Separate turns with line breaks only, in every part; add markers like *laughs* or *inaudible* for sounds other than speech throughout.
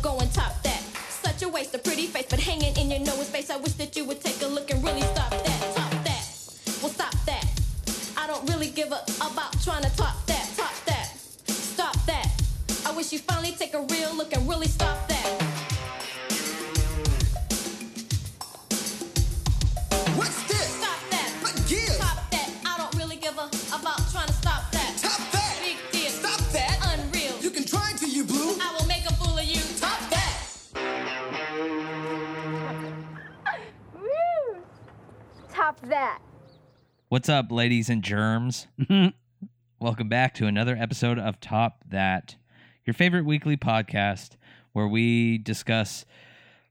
go and top that. Such a waste of pretty face, but hanging in your nose space. I wish that you would take a look and really stop that. Top that. Well, stop that. I don't really give a about trying to top that. Top that. Stop that. I wish you finally take a real look and really stop that.
What's this?
Stop that.
What gives?
Top that. I don't really give a about trying to stop that.
Top that.
Big deal.
Stop that.
Unreal.
You can try till you blue.
I will make a fool of you.
Top that.
Top that.
What's up, ladies and germs? Welcome back to another episode of Top That, your favorite weekly podcast where we discuss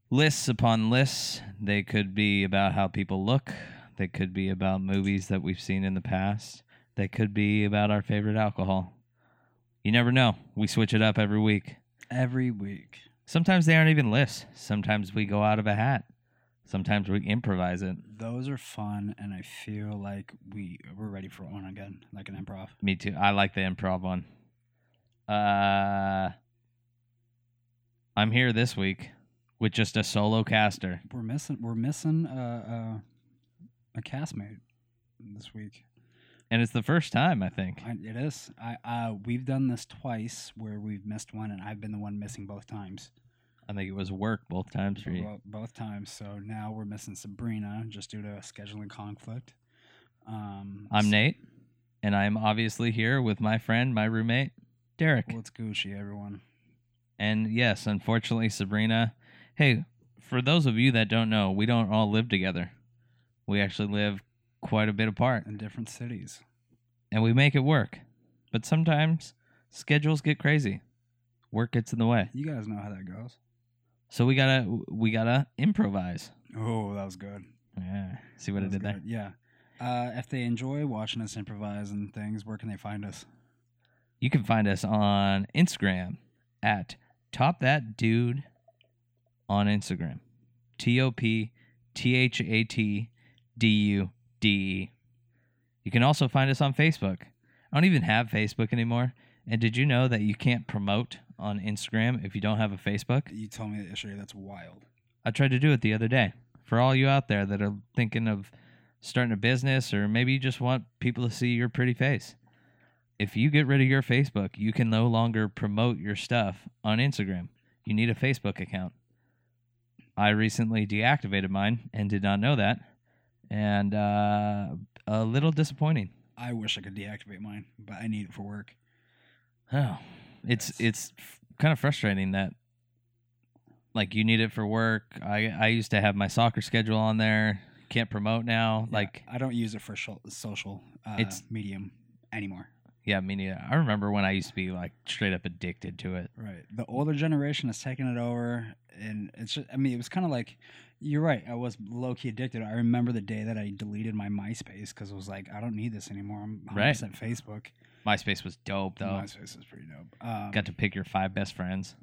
lists upon lists. They could be about how people look, they could be about movies that we've seen in the past, they could be about our favorite alcohol. You never know. We switch it up every week.
Every week.
Sometimes they aren't even lists, sometimes we go out of a hat, sometimes we improvise it.
Those are fun, and I feel like we we're ready for one again, like an improv.
Me too. I like the improv one. Uh, I'm here this week with just a solo caster.
We're missing we're missing uh, uh, a castmate this week.
And it's the first time, I think.
I, it is. I uh, we've done this twice where we've missed one, and I've been the one missing both times.
I think it was work both times for you.
Bo- both times. So now we're missing Sabrina just due to a scheduling conflict. Um,
I'm
so-
Nate, and I'm obviously here with my friend, my roommate, Derek.
Well, it's Gucci, everyone.
And yes, unfortunately, Sabrina. Hey, for those of you that don't know, we don't all live together. We actually live quite a bit apart.
In different cities.
and we make it work. But sometimes schedules get crazy. Work gets in the way.
You guys know how that goes.
So we gotta we gotta improvise.
Oh, that was good.
Yeah. See what I
That
did
was
there?
good, Yeah. Uh, if they enjoy watching us improvise and things, where can they find us?
You can find us on Instagram at top that dude on Instagram. T O P T H A T D U D E. You can also find us on Facebook. I don't even have Facebook anymore. And did you know that you can't promote on Instagram if you don't have a Facebook?
You told me that yesterday. That's wild.
I tried to do it the other day. For all you out there that are thinking of starting a business or maybe you just want people to see your pretty face. If you get rid of your Facebook, you can no longer promote your stuff on Instagram. You need a Facebook account. I recently deactivated mine and did not know that. And uh, a little disappointing.
I wish I could deactivate mine, but I need it for work.
Oh, it's
That's-
it's f- kind of frustrating that like you need it for work. I I used to have my soccer schedule on there. Can't promote now.
Yeah,
Like
I don't use it for shol- social uh,
It's-
medium anymore.
yeah, me neither. I remember when I used to be like straight up addicted to it.
Right. The older generation has taken it over, and it's just, I mean, it was kind of like, you're right. I was low key addicted. I remember the day that I deleted my MySpace because I was like, I don't need this anymore. I'm 100%
Right.
Facebook.
MySpace was dope though.
MySpace is pretty dope. Um,
Got to pick your five best friends.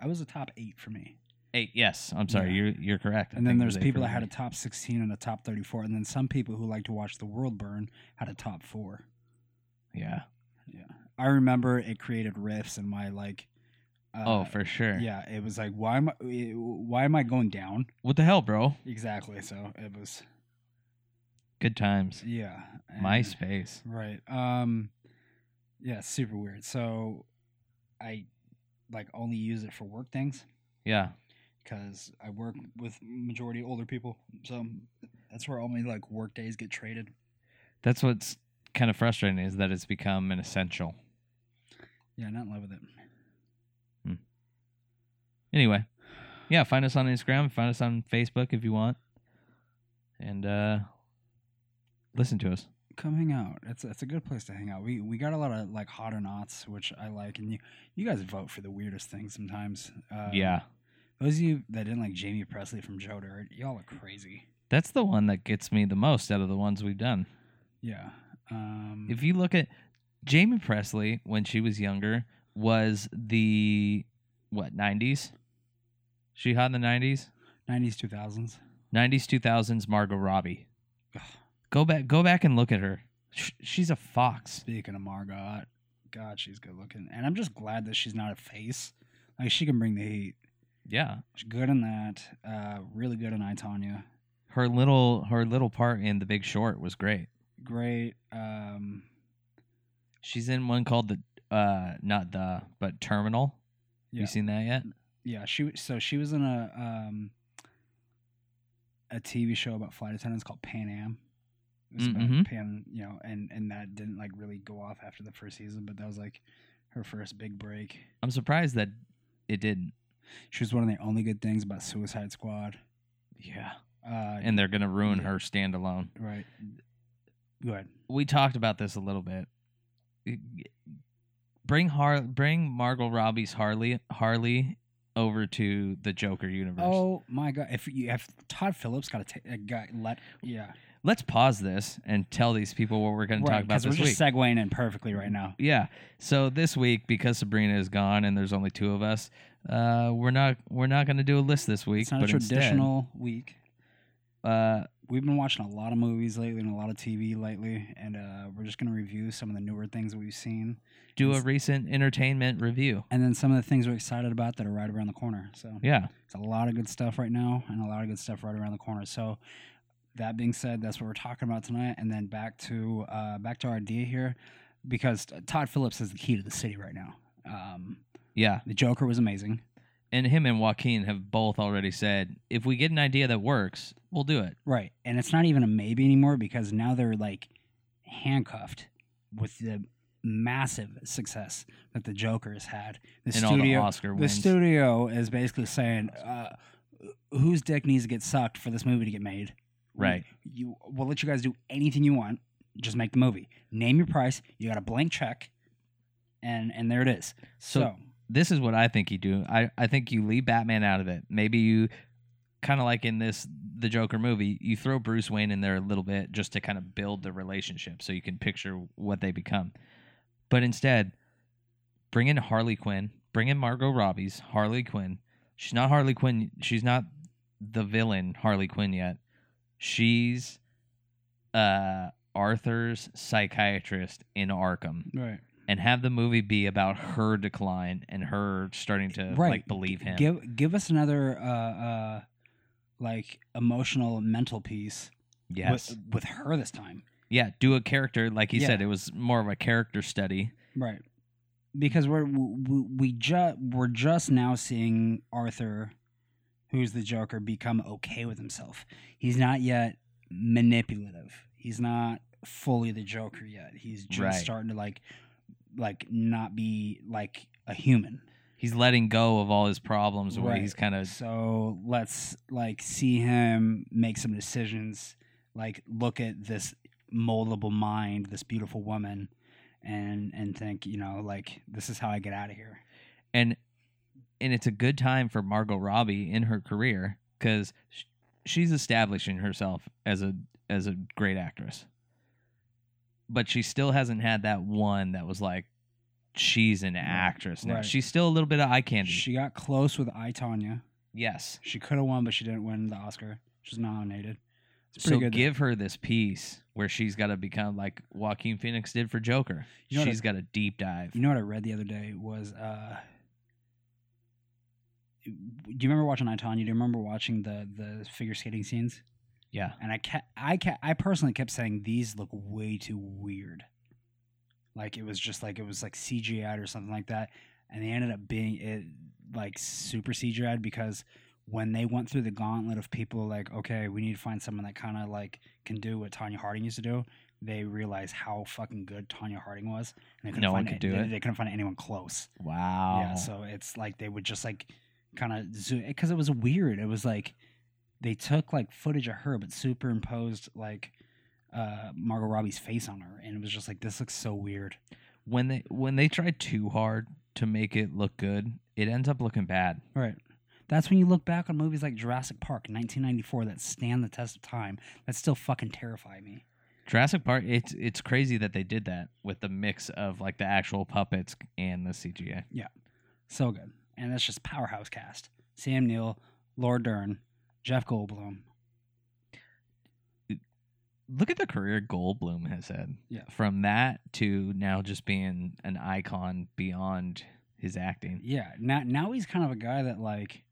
I was a top eight for me.
Eight. Yes, I'm sorry.
Yeah.
You're you're correct. I
And then
think it was
there's
eight
people
for
that had a
me.
top 16 and a top 34, and then some people who like to watch the world burn had a top four.
yeah.
I remember it created rifts in my like. Uh,
oh, for sure.
yeah. It was like, why am I? eh, Why am I going down?
What the hell, bro?
Exactly. So it was,
Good times.
yeah. and-
MySpace.
Right. Um. Yeah. Super weird. So, I like only use it for work things
Yeah.
because I work with majority older people. So that's where all my like work days get traded.
That's what's kind of frustrating is that it's become an essential.
Yeah, not in love with it.
anyway yeah find us on instagram find us on facebook if you want and uh listen to us
come hang out. It's it's a good place to hang out. We we got a lot of like hot or nots, which I like, and you you guys vote for the weirdest things sometimes. Uh,
yeah
those of you that didn't like Jamie Presley from Joe Dirt, y'all are crazy.
that's the one that gets me the most out of the ones we've done
Yeah. Um,
if you look at jamie presley when she was younger was the what 90s she hot in the 90s
nineties two thousands.
90s 2000s margot robbie go back go back and look at her Sh- she's a fox
Speaking of Margot, God, she's good looking, and I'm just glad that she's not a face. Like she can bring the heat.
Yeah.
She's good in that. Uh, really good in I Tanya.
Her little her little part in The Big Short was great.
Great. Um,
She's in one called the uh not the but Terminal.
Yeah.
You seen that yet?
yeah, she w- so she was in a um, a TV show about flight attendants called Pan Am. It was about
Mhm.
Pan, you know, and and that didn't like really go off after the first season, but that was like her first big break.
I'm surprised that it didn't.
She was one of the only good things about Suicide Squad.
Yeah.
Uh,
And they're gonna ruin
Yeah.
her standalone.
right, go ahead.
we talked about this a little bit. Bring Har bring Margot Robbie's Harley Harley over to the Joker universe.
Oh my god! If you if Todd Phillips got to take got let yeah
Let's pause this and tell these people what we're going
right,
to talk about
'cause
this
we're
week.
just segueing in perfectly right now.
yeah. So this week, because Sabrina is gone and there's only two of us, uh, we're not we're not going to do a list this week.
It's not
but
a traditional week.
Instead, uh,
We've been watching a lot of movies lately and a lot of TV lately, and uh, we're just gonna review some of the newer things that we've seen,
do a
It's-
recent entertainment review.
and then some of the things we're excited about that are right around the corner. So
Yeah.
it's a lot of good stuff right now, and a lot of good stuff right around the corner. So that being said, that's what we're talking about tonight, and then back to uh, back to our idea here, because Todd Phillips is the key to the city right now. Um,
Yeah.
the Joker was amazing.
And him and Joaquin have both already said if we get an idea that works, we'll do it.
Right. And it's not even a maybe anymore because now they're like handcuffed with the massive success that the Joker has had. The
and
studio
all the Oscar
the
wins.
studio is basically saying uh, whose dick needs to get sucked for this movie to get made. We-
Right.
You we'll let you guys do anything you want. Just make the movie. Name your price. You got a blank check. And and there it is.
So-
So,
this is what I think you do. I, I think you leave Batman out of it. Maybe you kind of like in this the Joker movie, you throw Bruce Wayne in there a little bit just to kind of build the relationship so you can picture what they become. But instead, bring in Harley Quinn, bring in Margot Robbie's Harley Quinn. She's not Harley Quinn, she's not the villain Harley Quinn yet. She's uh Arthur's psychiatrist in Arkham
right.
and have the movie be about her decline and her starting to
Right.
like believe him.
Give give us another uh, uh, like emotional mental piece
yes.
with, with her this time,
yeah, do a character like he
Yeah.
said it was more of a character study.
right? Because we're we, we just we're just now seeing Arthur, who's the Joker, become okay with himself. He's not yet manipulative. He's not fully the Joker yet. He's just
Right.
starting to like like not be like a human.
He's letting go of all his problems where
Right.
he's kind of
So let's like see him make some decisions. Like look at this moldable mind, this beautiful woman, and and think you know like this is how I get out of here.
and and it's a good time for Margot Robbie in her career cuz she's establishing herself as a as a great actress. But she still hasn't had that one that was like she's an actress now.
Right.
She's still a little bit of eye candy.
She got close with I Tanya.
yes.
She could have won, but she didn't win the Oscar. She was nominated. It's pretty
so
good. though.
give her this piece where she's got to become like Joaquin Phoenix did for Joker.
You know what
she's got a deep dive.
You know what I read the other day was uh do you remember watching I Tanya? Do you remember watching the the figure skating scenes?
yeah,
and I kept, I kept, I personally kept saying these look way too weird. Like it was just like it was like CGI or something like that, and they ended up being it like super CGI because when they went through the gauntlet of people like, okay, we need to find someone that kind of like can do what Tanya Harding used to do. They realized how fucking good Tanya Harding was, and they couldn't
No one
find
could
a-
do
they-
it.
They couldn't find anyone close.
wow.
Yeah, so it's like they would just like kind of zoom because it was weird. It was like they took like footage of her but superimposed like uh Margot Robbie's face on her, and it was just like this looks so weird.
when they when they try too hard to make it look good, it ends up looking bad.
Right. That's when you look back on movies like Jurassic Park, 1994, that stand the test of time. That still fucking terrify me.
Jurassic Park. It's it's crazy that they did that with the mix of like the actual puppets and the CGI.
So good, and that's just powerhouse cast: Sam Neill, Laura Dern, Jeff Goldblum.
Look at the career Goldblum has had.
Yeah.
From that to now just being an icon beyond his acting.
Yeah, now now he's kind of a guy that like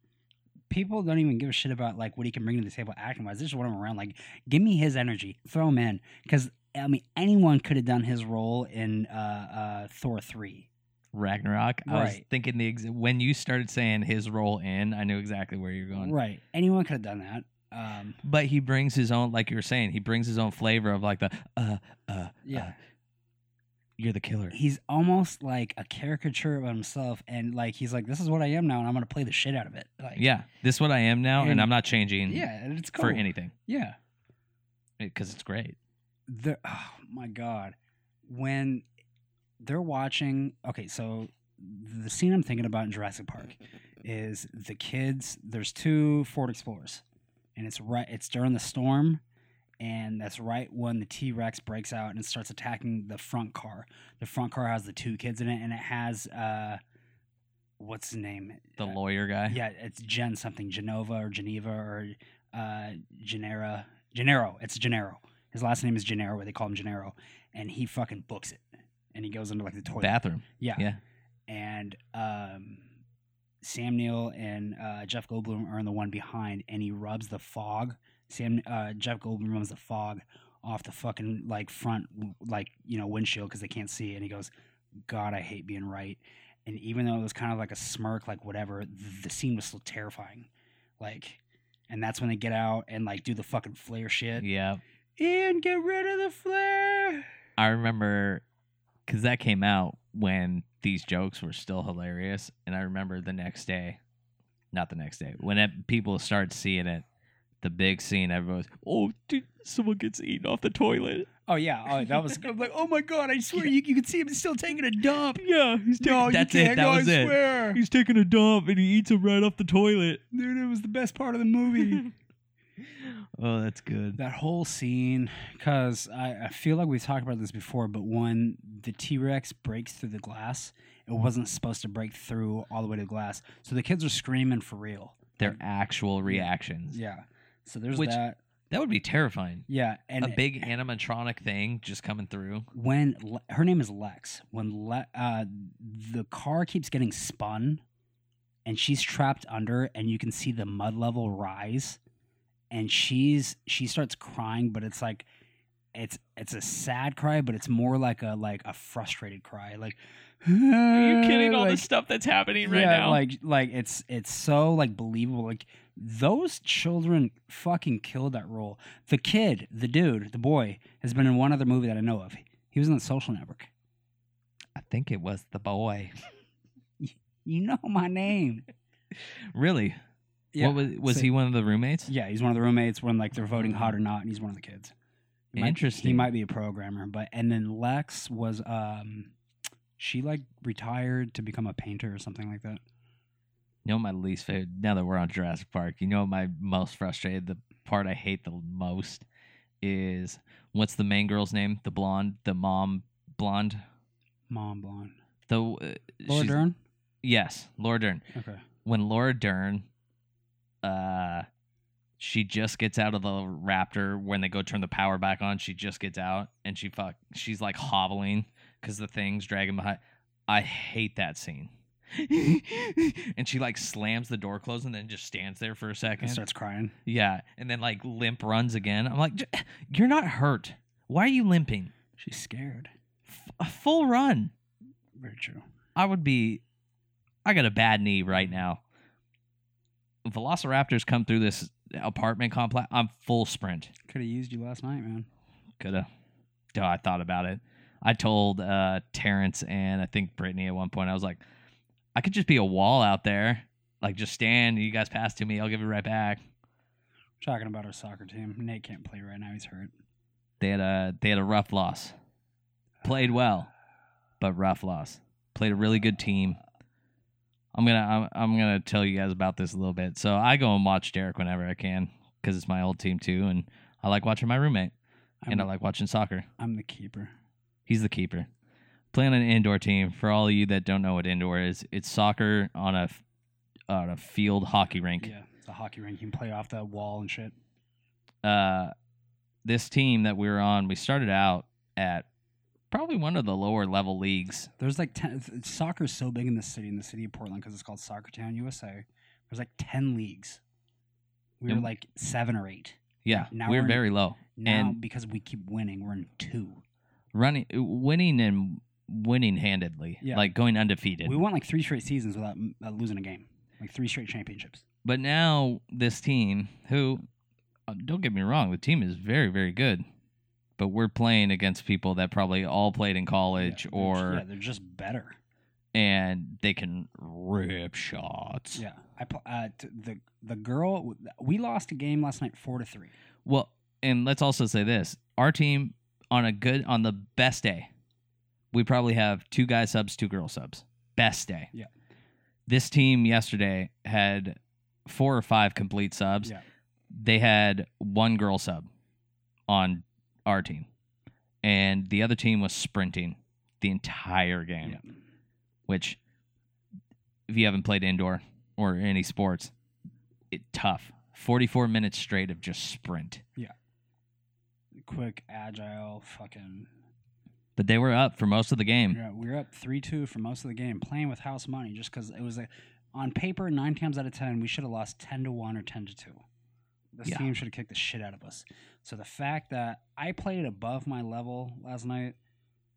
people don't even give a shit about like what he can bring to the table acting wise. They just want him around. Like, give me his energy, throw him in. Because I mean, anyone could have done his role in uh, uh, Thor three.
Ragnarok. I was
Right.
thinking the ex- when you started saying his role in, I knew exactly where you're going.
Right, anyone could have done that. Um,
But he brings his own, like you were saying, he brings his own flavor of like the uh uh
yeah.
uh, you're the killer.
he's almost like a caricature of himself and like he's like this is what i am now and i'm gonna play the shit out of it like
yeah, this is what I am now, and,
And-
I'm not changing.
yeah and it's cool
for anything
yeah
because it's great.
the oh my god when they're watching okay so the scene i'm thinking about in jurassic park is the kids there's two ford explorers and it's right it's during the storm and that's right when the t-rex breaks out and it starts attacking the front car the front car has the two kids in it and it has uh what's the name
The
Uh,
lawyer guy.
Yeah, it's Gen something, Genova or Geneva or uh, Genera, Gennaro. It's Gennaro. His last name is Gennaro, but they call him Gennaro, and he fucking books it, and he goes into like the toilet.
Bathroom.
Yeah.
yeah.
And um, Sam Neill and uh, Jeff Goldblum are in the one behind, and he rubs the fog. Sam uh, Jeff Goldblum rubs the fog off the fucking like front like you know windshield because they can't see, it. and he goes, "God, I hate being right." And even though it was kind of like a smirk, like whatever, th- the scene was still terrifying. Like, and that's when they get out and like do the fucking flare shit.
Yeah.
Ian, get rid of the flare.
I remember because that came out when these jokes were still hilarious, and I remember the next day, not the next day, when it, people started seeing it, the big scene. Everyone's, oh, dude, someone gets eaten off the toilet.
Oh yeah, oh, that *laughs* was. I'm like, oh my god, I swear you, you could see him still taking a dump.
Yeah, he's
No,
that's
you
it.
can't
That
go,
was
I
it.
swear. *laughs*
He's taking a dump and he eats him right off the toilet.
Dude, it was the best part of
*laughs*
the movie.
Oh, that's good.
that whole scene, because I, I feel like we've talked about this before, but when the T Rex breaks through the glass, it wasn't supposed to break through all the way to the glass. So the kids are screaming for real.
Their actual reactions.
Yeah. So there's
Which-
that.
That would be terrifying.
Yeah. And
a big animatronic thing just coming through.
when Le- her name is Lex, when Le- uh, the car keeps getting spun, and she's trapped under, and you can see the mud level rise, and she's she starts crying, but it's like it's it's a sad cry, but it's more like a like a frustrated cry, like. Are
Are you kidding? All the stuff that's happening right
yeah,
now.
like like it's it's so like believable. Like those children fucking killed that role. The kid, the dude, the boy has been in one other movie that I know of. He was in the Social Network.
I think it was the boy. *laughs*
You know my name.
Really?
Yeah.
What was was
so-
he one of the roommates?
Yeah, he's one of the roommates when like they're voting hot or not, and he's one of the kids. He might-
Interesting.
he might be a programmer, but and then Lex was um, she like retired to become a painter or something like that.
You know my least favorite. Now that we're on Jurassic Park, you know my most frustrated. The part I hate the most is what's the main girl's name? The blonde, the mom, blonde.
Mom blonde.
The uh,
Laura
she's-
Dern.
Yes, Laura Dern.
Okay.
When Laura Dern, uh, she just gets out of the raptor when they go turn the power back on. She just gets out and she fuck. She's like hobbling because the thing's dragging behind. I hate that scene. *laughs* and she like slams the door closed and then just stands there for a second.
And starts crying.
Yeah, and then like limp runs again. I'm like, "J- you're not hurt. Why are you limping?
She's scared.
F- a full run.
Very true.
I would be. I got a bad knee right now. Velociraptors come through this apartment complex. I'm full sprint.
Could have used you last night, man.
Coulda. Duh, I thought about it. I told uh, Terrence and I think Brittany at one point. I was like, I could just be a wall out there. Like just stand. You guys pass to me. I'll give it right back.
Talking about our soccer team. Nate can't play right now. He's hurt.
They had a they had a rough loss. Played well, but rough loss. Played a really good team. I'm gonna I'm, I'm gonna tell you guys about this a little bit. So I go and watch Derek whenever I can because it's my old team too, and I like watching my roommate
I'm,
and I like watching soccer.
I'm the keeper.
He's the keeper. Playing an indoor team. For all of you that don't know what indoor is, it's soccer on a f- on a field hockey rink.
Yeah, it's a hockey rink. You can play off the wall and shit.
uh, this team that we were on, we started out at probably one of the lower level leagues.
There's like ten, th- soccer's so big in the city in the city of Portland because it's called Soccer Town USA. was like ten leagues. We were
Yep.
like seven or eight.
Yeah,
Now
we're
we're in-
very low.
Now
And-
because we keep winning, we're in two.
Running, uh, winning, and winning handedly,
Yeah.
like going undefeated.
We won like three straight seasons without m- uh, losing a game, like three straight championships.
But now this team, who uh, don't get me wrong, the team is very very good, but we're playing against people that probably all played in college
Yeah, they're ju-
or
yeah, they're just better.
and they can rip shots.
Yeah, I pl- uh, t- the the girl we lost a game last night four to three.
Well, and let's also say this: our team on a good, on the best day, we probably have two guy subs, two girl subs. Best day.
Yeah.
This team yesterday had four or five complete subs.
Yeah.
They had one girl sub on our team, and the other team was sprinting the entire game.
Yeah.
Which, if you haven't played indoor or any sports, it tough. Forty-four minutes straight of just sprint.
Quick, agile, fucking.
but they were up for most of the game.
Yeah, we were up three two for most of the game, playing with house money, just because it was like, on paper nine times out of ten we should have lost ten to one or ten to two. This
Yeah.
team should have kicked the shit out of us. So the fact that I played above my level last night,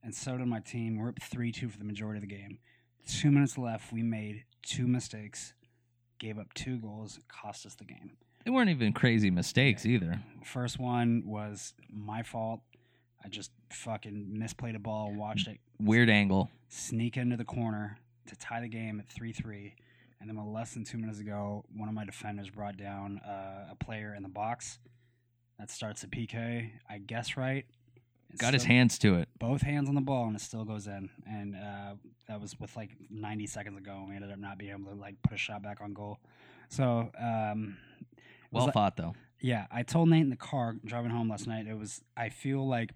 and so did my team. We're up three two for the majority of the game. Two minutes left, we made two mistakes, gave up two goals, cost us the game.
They weren't even crazy mistakes either.
First one was my fault. I just fucking misplayed a ball, watched it
Weird angle.
sneak into the corner to tie the game at 3 3. And then, with less than two minutes ago, one of my defenders brought down uh, a player in the box. That starts a PK, I guess, right? It
Got his
still-
hands to it.
Both hands on the ball, and it still goes in. And uh, that was with like 90 seconds ago, and we ended up not being able to like put a shot back on goal. So, um, it was
Well
like-
fought though.
yeah, I told Nate in the car driving home last night. It was I feel like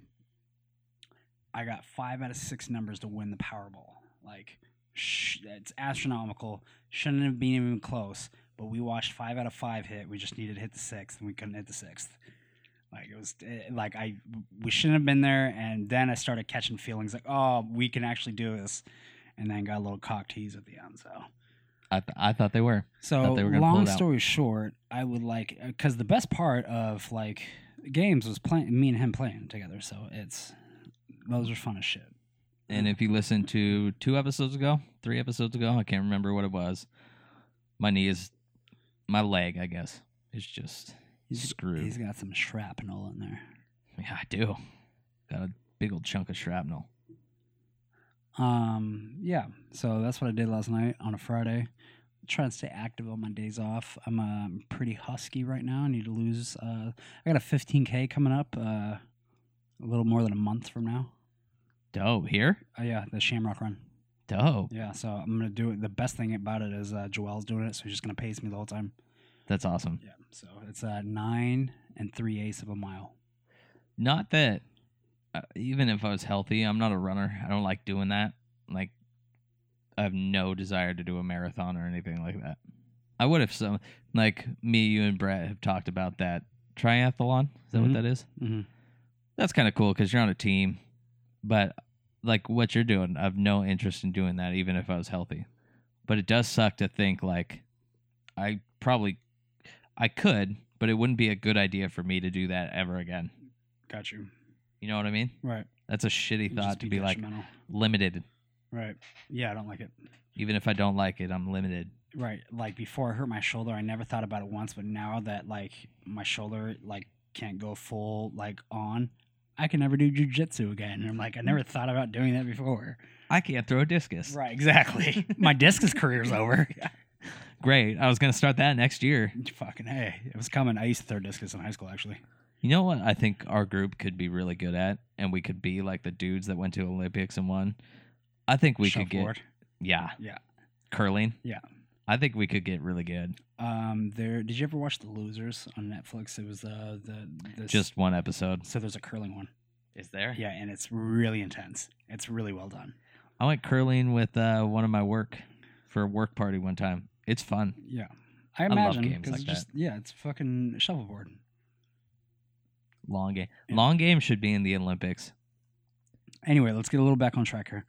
I got five out of six numbers to win the Powerball. Like sh- it's astronomical. Shouldn't have been even close. But we watched five out of five hit. We just needed to hit the sixth, and we couldn't hit the sixth. Like it was it, like I we shouldn't have been there. And then I started catching feelings like, oh, we can actually do this. And then got a little cock tease at the end. So.
I th- I thought they were.
So
they were gonna pull
long
it out.
story short, I would like because the best part of like games was playing me and him playing together. So it's those are fun as shit.
And if you listen to two episodes ago, three episodes ago, I can't remember what it was. My knee is, my leg, I guess, is just screwed.
He's got some shrapnel in there.
yeah, I do. Got a big old chunk of shrapnel.
Um, yeah. So that's what I did last night on a Friday. Trying to stay active on my days off. I'm um, pretty husky right now. I need to lose. Uh, I got a 15k coming up. Uh, a little more than a month from now.
Dope here.
Oh yeah, the Shamrock Run.
Dope.
Yeah, so I'm gonna do it. The best thing about it is uh, Joel's doing it, so he's just gonna pace me the whole time.
That's awesome.
Yeah, so it's uh, nine and three eighths of a mile.
Not that, uh, even if I was healthy, I'm not a runner. I don't like doing that. Like, I have no desire to do a marathon or anything like that. I would if some, like me, you, and Brett have talked about that triathlon. Is that
Mhm.
what that is?
Mm-hmm.
That's kind of cool because you're on a team. But like what you're doing, I've no interest in doing that, even if I was healthy. But it does suck to think like I probably, I could, but it wouldn't be a good idea for me to do that ever again.
Got you.
You know what I mean?
Right.
That's a shitty
It'd just
thought to be like
detrimental.
limited.
Right. Yeah, I don't like it.
Even if I don't like it, I'm limited.
Right. Like before I hurt my shoulder, I never thought about it once, but now that like my shoulder like can't go full like on, I can never do jujitsu again. And I'm like, I
*laughs*
never thought about doing that before.
I can't throw a discus.
Right. Exactly.
*laughs*
my discus career's over. *laughs*
Great. I was going to start that next year.
Fucking hey, it was coming. I used to throw discus in high school actually.
You know what I think our group could be really good at? And we could be like the dudes that went to Olympics and won. I think we could get.
Shuffleboard.
Yeah.
Yeah.
Curling.
Yeah.
I think we could get really good.
Um, there. Did you ever watch The Losers on Netflix? It was uh, the the
Just one episode.
so there's a curling one.
Is there? Yeah.
Yeah, and it's really intense. It's really well done.
I went curling with uh, one of my work for a work party one time. It's fun.
Yeah, I
love
imagine
games
because
like
it's just yeah, it's fucking shuffleboard.
Long game.
Yeah.
Long game should be in the Olympics.
Anyway, let's get a little back on track here.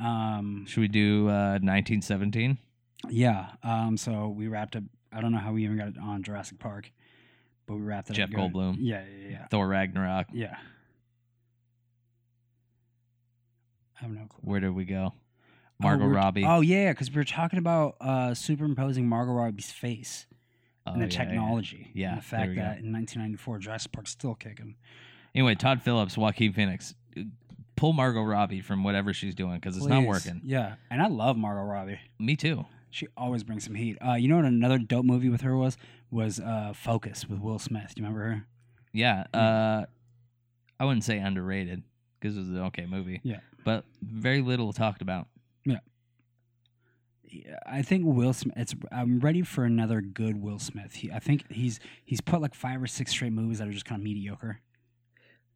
Um,
Should we do uh, 1917?
yeah. Um, so we wrapped up I don't know how we even got it on Jurassic Park, but we wrapped it
Jeff
up. good.
Goldblum.
Yeah, yeah, yeah.
Thor Ragnarok.
Yeah. I have no clue.
Where did we go?
Oh,
Margot
we're-
Robbie.
Oh yeah, because we were talking about uh, superimposing Margot Robbie's face
Oh,
and the
yeah, yeah.
technology.
Yeah,
and
there
the fact
we go.
that in 1994, Jurassic Park's still kicking.
Anyway, Todd Phillips, Joaquin Phoenix, pull Margot Robbie from whatever she's doing because it's not
Please.
working.
Yeah, and I love Margot Robbie.
Me too.
She always brings some heat. Uh, you know what? Another dope movie with her was was uh, Focus with Will Smith. Do you remember her?
Yeah.
Yeah.
Uh, I wouldn't say underrated because it was an okay movie.
Yeah.
But very little talked about.
Yeah, I think Will Smith. It's, I'm ready for another good Will Smith. He, I think he's he's put like five or six straight movies that are just kind of mediocre.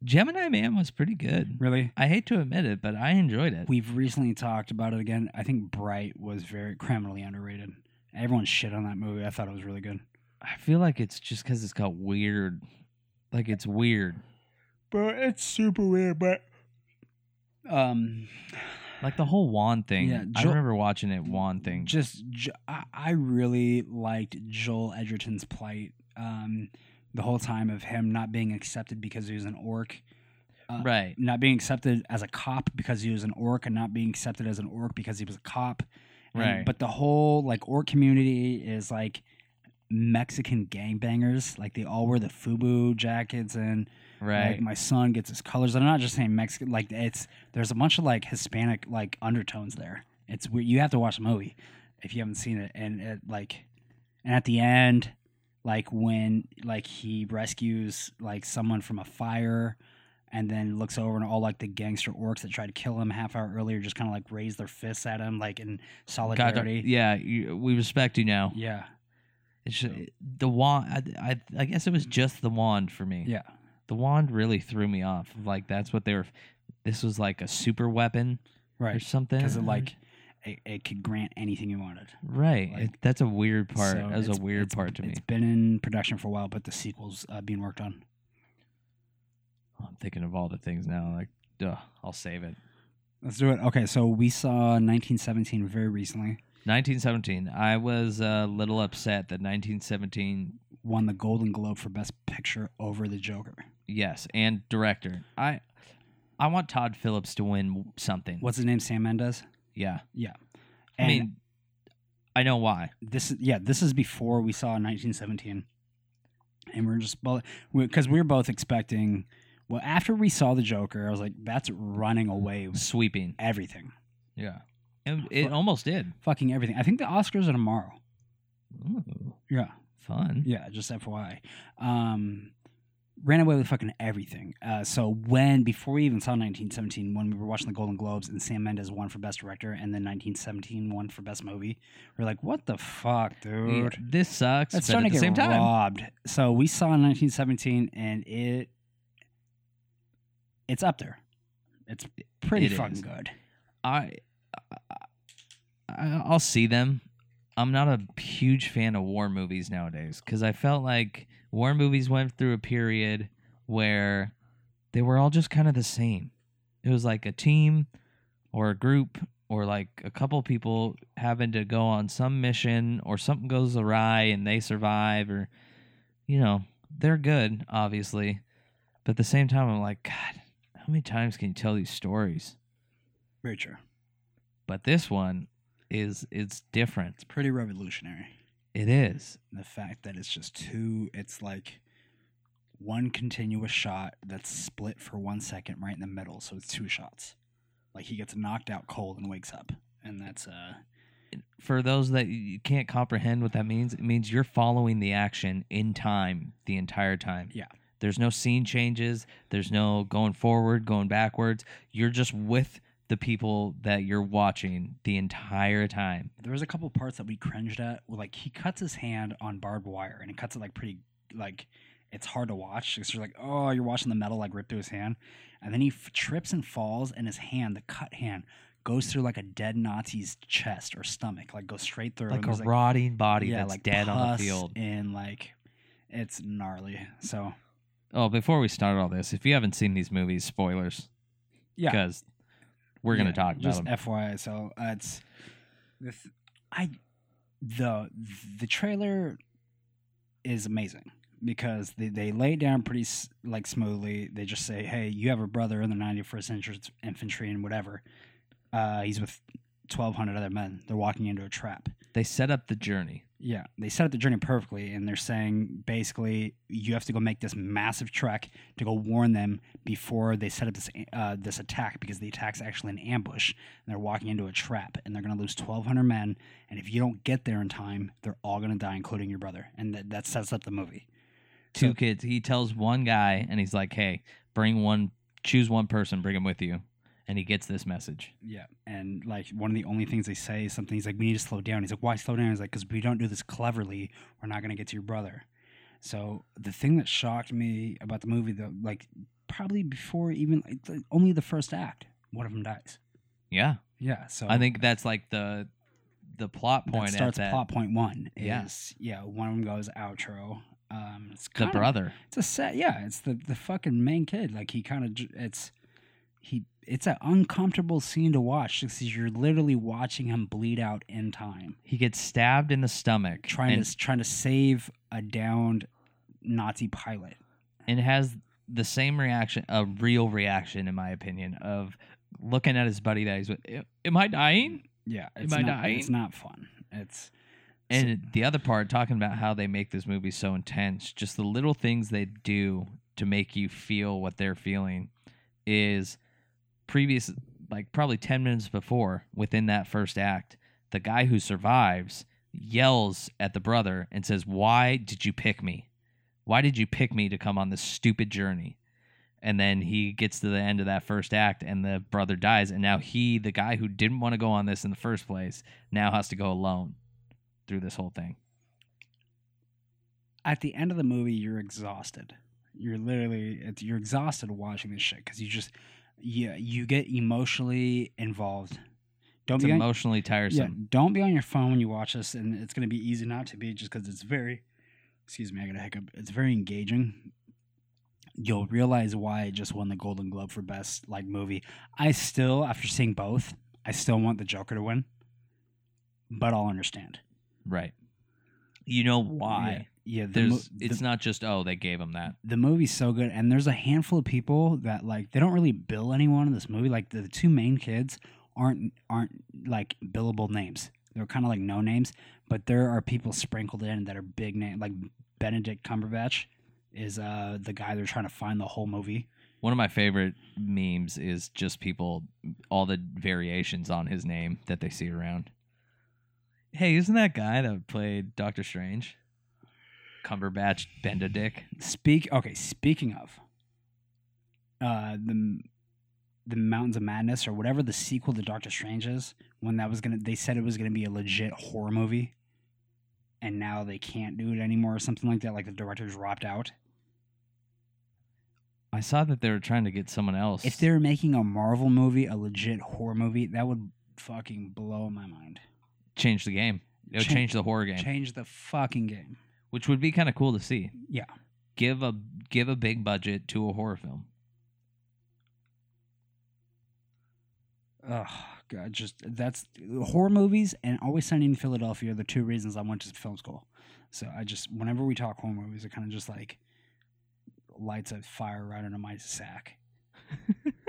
Gemini Man was pretty good.
Really,
I hate to admit it, but I enjoyed it.
we've recently talked about it again. I think Bright was very criminally underrated. Everyone shit on that movie. I thought it was really good.
I feel like it's just because it's got weird. Like it's weird.
But it's super weird. But um,
Like the whole wand thing.
Yeah,
I
Jo-
remember watching it wand thing.
just J- I, I really liked Joel Edgerton's plight um, the whole time of him not being accepted because he was an orc, uh,
right.
not being accepted as a cop because he was an orc, and not being accepted as an orc because he was a cop. And-
Right.
but the whole like orc community is like Mexican gangbangers. Like they all wear the FUBU jackets and
Right.
like my son gets his colors. I'm not just saying Mexican. Like it's there's a bunch of like Hispanic like undertones there. It's weird. You have to watch the movie if you haven't seen it. And it like, and at the end, like when like he rescues like someone from a fire, and then looks over and all like the gangster orcs that tried to kill him half hour earlier just kind of like raise their fists at him like in
God,
solidarity.
yeah, you, we respect you now.
yeah,
It's just, the wand. I, I, I guess it was just the wand for me.
yeah,
the wand really threw me off. Like that's what they were. This was like a super weapon or
right.
something.
Because it like it, it could grant anything you wanted.
right.
like-
it, that's a weird part.
So
that was a
it's-
weird
it's-
part to me.
It's been in production for a while, but the sequel's uh, being worked on.
Oh, I'm thinking of all the things now. Like, duh, I'll save it.
Let's do it. Okay, so we saw 1917 very recently.
1917. I was a little upset that 1917.
Won the Golden Globe for Best Picture over The Joker.
Yes, and director. I, I want Todd Phillips to win something.
What's his name? Sam Mendes.
Yeah.
And
I mean, I know why.
this is yeah. This is before we saw 1917, and we're just well because we were both expecting. Well, after we saw The Joker, I was like, "That's running away with
Sweeping.
everything,
Yeah. And it
Fu-
almost did.
fucking everything." I think the Oscars are tomorrow.
Ooh,
Yeah.
fun.
Yeah, just FYI. Um, ran away with fucking everything. Uh, so when before we even saw 1917, when we were watching the Golden Globes and Sam Mendes won for Best Director, and then 1917 won for Best Movie, we're like, what the fuck,
Yeah,
dude?
this sucks.
That's
but
starting
at
to
the same
get
time,
robbed. So we saw 1917, and it it's up there. It's pretty
It
fucking
is.
good.
I, I I'll see them. I'm not a huge fan of war movies nowadays because I felt like war movies went through a period where they were all just kind of the same. It was like a team or a group or like a couple people having to go on some mission or something goes awry and they survive or you know they're good obviously but at the same time i'm like god how many times can you tell these stories
Very true.
but this one is it's different
Pretty revolutionary.
it is
the fact that it's just two it's like one continuous shot that's split for one second right in the middle so it's two shots like he gets knocked out cold and wakes up and that's uh
for those that you can't comprehend what that means it means you're following the action in time the entire time
Yeah.
there's no scene changes there's no going forward going backwards you're just with the people that you're watching the entire time
there was a couple parts that we cringed at where like he cuts his hand on barbed wire and it cuts it like pretty like it's hard to watch because you're like oh you're watching the metal like rip through his hand and then he f- trips and falls and his hand the cut hand goes through like a dead nazi's chest or stomach like goes straight through
like
and
a
he's
rotting body that's dead on the
pus
field
and like it's gnarly. So
oh before we start all this if you haven't seen these movies spoilers
yeah,
because we're gonna
yeah,
talk about
just
them
FYI. So uh, it's the th- I the the trailer is amazing because they, they lay it down pretty s- like smoothly. They just say, "Hey, you have a brother in the 91st Infantry- Infantry and whatever. Uh, he's with 1,200 other men. They're walking into a trap."
They set up the journey.
Yeah, they set up the journey perfectly, and they're saying basically you have to go make this massive trek to go warn them before they set up this uh, this attack because the attack's actually an ambush, and they're walking into a trap, and they're going to lose twelve hundred men, and if you don't get there in time, they're all going to die, including your brother, and that that sets up the movie.
Two
So-
kids. He tells one guy, and he's like, "Hey, bring one. Choose one person. Bring him with you." And he gets this message.
Yeah, and like one of the only things they say is something. He's like, "We need to slow down." He's like, "Why slow down?" He's like, "Because if we don't do this cleverly, we're not going to get to your brother." So the thing that shocked me about the movie, though, like probably before even like, the- only the first act, one of them dies.
Yeah,
Yeah, so
I think that's like the the plot
that
point. at
starts
that,
plot point one.
Yeah.
Is, yeah, one of them goes outro. Um, it's
The
kinda-
brother.
It's a set. Yeah, it's the the fucking main kid. Like he kind of it's he it's an uncomfortable scene to watch because you're literally watching him bleed out in time,
He gets stabbed in the stomach.
trying
and,
to trying to save a downed Nazi pilot.
and has the same reaction, a real reaction, in my opinion, of looking at his buddy that he's with. "Am- Am I dying?
Yeah,
Am
it's
I
not
dying?
it's not fun. It's
And the other part, talking about how they make this movie so intense, just the little things they do to make you feel what they're feeling is previous, like probably 10 minutes before, within that first act, the guy who survives yells at the brother and says, Why did you pick me? Why did you pick me to come on this stupid journey? And then he gets to the end of that first act and the brother dies. And now he, the guy who didn't want to go on this in the first place, now has to go alone through this whole thing.
at the end of the movie you're exhausted. You're literally it's, you're exhausted watching this shit because you just yeah you get emotionally involved. Don't
It's
be un-
emotionally
Yeah,
tiresome.
don't be on your phone when you watch this, and it's going to be easy not to be just because it's very, excuse me, I got a hiccup. It's very engaging. You'll realize why it just won the Golden Globe for best like movie. I still, after seeing both, I still want the Joker to win, but I'll understand
Right. You know why?
Yeah, yeah, the
There's.
mo- the-
it's not just oh they gave him that.
the movie's so good and there's a handful of people that like they don't really bill anyone in this movie like the, two main kids aren't aren't like billable names they're kind of like no names but there are people sprinkled in that are big name like benedict cumberbatch is uh the guy they're trying to find the whole movie
One of my favorite memes is just people all the variations on his name that they see around. Hey, isn't that guy that played Doctor Strange? Cumberbatch Benedict.
speak okay speaking of uh the the mountains of madness or whatever the sequel to doctor strange is when that was gonna they said it was gonna be a legit horror movie and now they can't do it anymore or something like that like the director's dropped out
I saw that they were trying to get someone else.
if they were making a marvel movie a legit horror movie that would fucking blow my mind
change the game, it would
Cha-
change the horror game,
change the fucking game
which would be kind of cool to see.
yeah
Give a give a big budget to a horror film.
Oh god, just that's horror movies and Always Sunny in Philadelphia are the two reasons I went to film school. So I just whenever we talk horror movies, it kind of just like lights a fire right under my sack.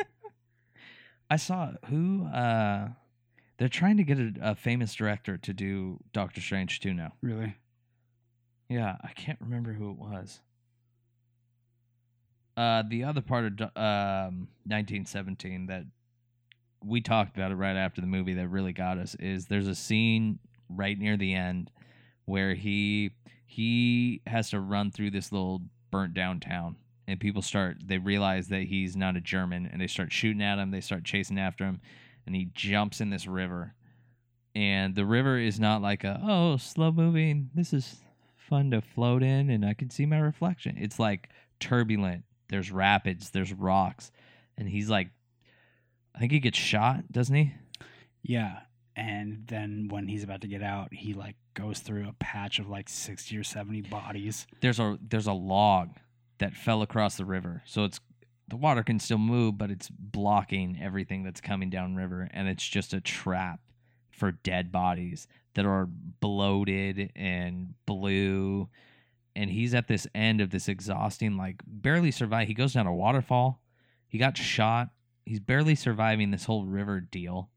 *laughs* I saw who uh they're trying to get a, a famous director to do Doctor Strange 2 now.
Really?
Yeah, I can't remember who it was. Uh the other part of Do- um 1917 that we talked about it right after the movie that really got us is there's a scene right near the end where he he has to run through this little burnt down town and people start they realize that he's not a german and they start shooting at him they start chasing after him and he jumps in this river and the river is not like a oh slow moving this is fun to float in and i can see my reflection it's like turbulent there's rapids there's rocks and he's like i think he gets shot doesn't he
Yeah. And then when he's about to get out, he like goes through a patch of like sixty or seventy bodies.
there's a there's a log that fell across the river. So it's the water can still move, but it's blocking everything that's coming down river, and it's just a trap for dead bodies that are bloated and blue and he's at this end of this exhausting, like barely survive. He goes down a waterfall. He got shot. He's barely surviving this whole river deal,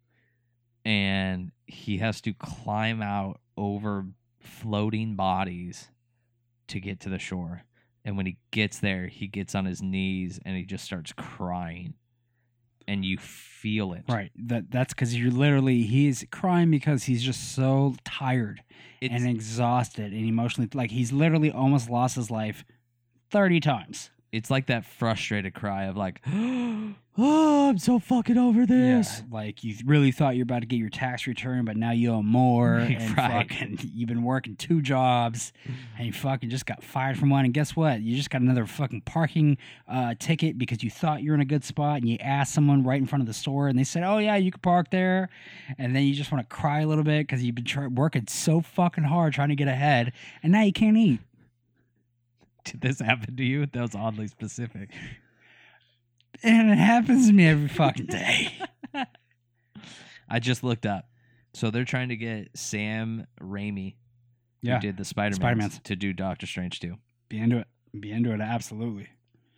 and he has to climb out over floating bodies to get to the shore. And when he gets there, he gets on his knees and he just starts crying, and you feel it.
Right. That that's because you're literally he's crying because he's just so tired
It's,
and exhausted and emotionally like he's literally almost lost his life thirty times.
it's like that frustrated cry of like, *gasps* "Oh, I'm so fucking over this."
Like you really thought you're about to get your tax return, but now you
*laughs*
owe more. And
Right.
fucking, you've been working two jobs, and you fucking just got fired from one. And guess what? You just got another fucking parking uh, ticket because you thought you were in a good spot, and you asked someone right in front of the store, and they said, "Oh yeah, you can park there." And then you just want to cry a little bit because you've been try- working so fucking hard trying to get ahead, and now you can't eat.
*laughs* Did this happen to you? That was oddly specific.
And it happens to me every
*laughs*
fucking day.
I just looked up. So they're trying to get Sam Raimi,
Yeah.
who did the Spider Man,
Spider-Mans.
to do Doctor Strange too.
Be into it. Be into it. Absolutely.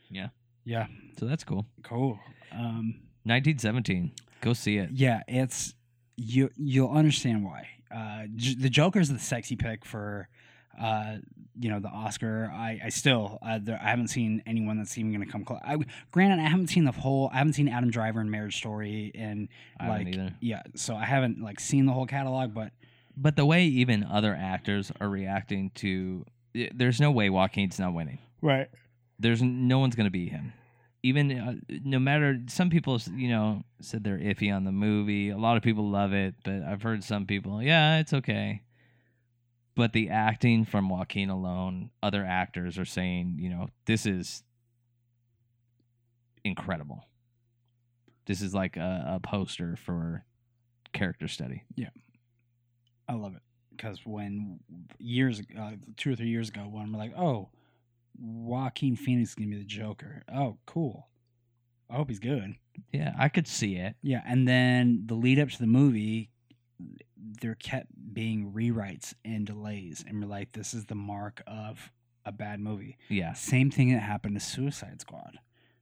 Yeah.
Yeah.
So that's cool.
Cool. Um,
1917. Go see it.
yeah, it's you. You'll understand why. Uh, J- the Joker's the sexy pick for, uh, you know, the Oscar. I, I still, uh, there, I haven't seen anyone that's even going to come close. I, granted, I haven't seen the whole. I haven't seen Adam Driver and Marriage Story, and
I
like,
don't either.
yeah, so I haven't like seen the whole catalog, but
But the way even other actors are reacting to, i- there's no way Joaquin's not winning.
right.
There's n- no one's going to beat him. Even uh, no matter, some people, you know, said they're iffy on the movie. A lot of people love it, but I've heard some people, yeah, it's okay. But the acting from Joaquin alone, other actors are saying, you know, this is incredible. This is like a, a poster for character study.
I love it because when years ag- uh, two or three years ago, when we're like, oh, Joaquin Phoenix is gonna be the Joker. Oh, cool. I hope he's good.
Yeah, I could see it.
Yeah, and then the lead up to the movie, there kept being rewrites and delays, and we're like, this is the mark of a bad movie.
Yeah.
Same thing that happened to Suicide Squad,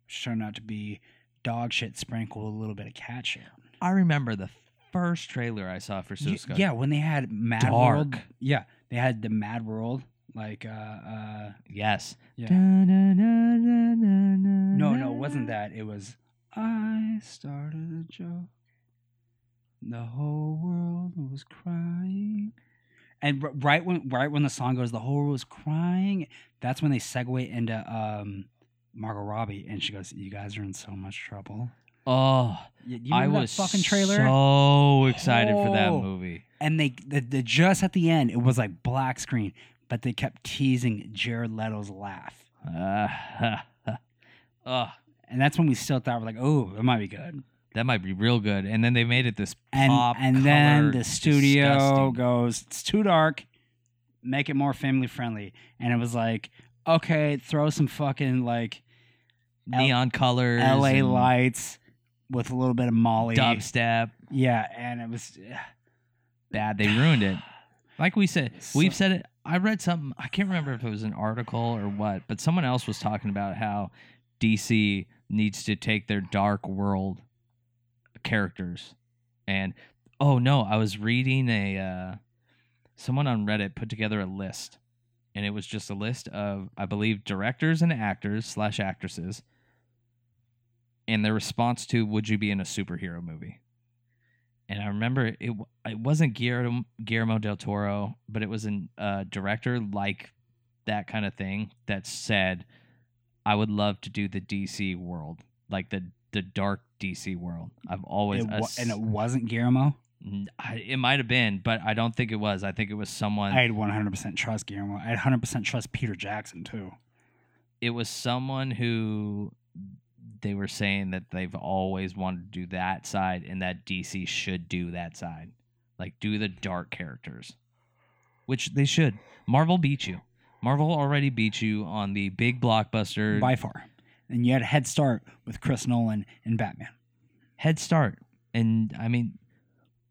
which turned out to be dog shit sprinkled with a little bit of cat shit.
I remember the first trailer I saw for
Y-
Suicide
Yeah, when they had Mad World.
Dark.
Yeah, they had the Mad World. Like, uh, uh,
Yes.
yeah. No, no, it wasn't that. It was I started a joke. The whole world was crying. And r- right when right when the song goes, the whole world was crying. That's when they segue into um, Margot Robbie, and she goes, "You guys are in so much trouble."
Oh,
Y- You
I
remember that
was
fucking trailer.
so excited for that
Oh.
movie. *laughs*
and they the, the just at the end it was like black screen but they kept teasing jared leto's laugh
Ah, ah,
and that's when we still thought we're like oh it might be good
that might be real good. And then they made it this
and
pop.
and then
color,
the studio
disgusting.
goes it's too dark make it more family friendly and it was like okay throw some fucking like L-
neon colors,
la
and
lights with a little bit of molly
dubstep.
yeah and it was ugh.
Bad. They ruined it. Like we said,
So-
we've said it. I read something. I can't remember if it was an article or what, but someone else was talking about how DC needs to take their dark world characters and oh no, I was reading a uh, someone on Reddit put together a list, and it was just a list of I believe directors and actors slash actresses, and their response to would you be in a superhero movie? And I remember it. w- It wasn't Guillermo, Guillermo del Toro, but it was a uh, director like that kind of thing that said, "I would love to do the DC world, like the the dark DC world. I've always
It
I
wa- and
s-
it wasn't guillermo
N- I- It might have been, but I don't think it was. I think it was someone.
i'd 100% trust guillermo i'd 100% trust peter jackson too
it was someone who they were saying that they've always wanted to do that side, and that DC should do that side, like do the dark characters, which they should. Marvel beat you. Marvel already beat you on the big blockbuster
by far. And you had a head start with Chris Nolan and Batman.
head start, and I mean,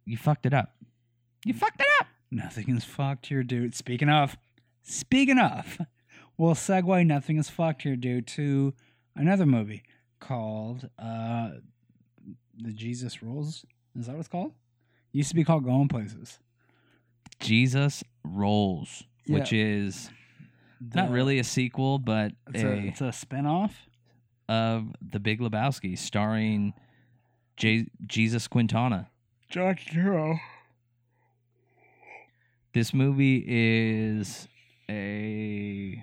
you fucked it up. You fucked it up.
Nothing is fucked here, dude. Speaking of, speaking of, We'll segue nothing is fucked here, dude, to another movie called uh The Jesus Rules. Is that what it's called? used to be called Going Places.
Jesus Rolls, which is not
The-
really a sequel, but
It's a,
a,
it's a spinoff.
of The Big Lebowski, starring J- Jesus Quintana.
Jack Hero.
This movie is a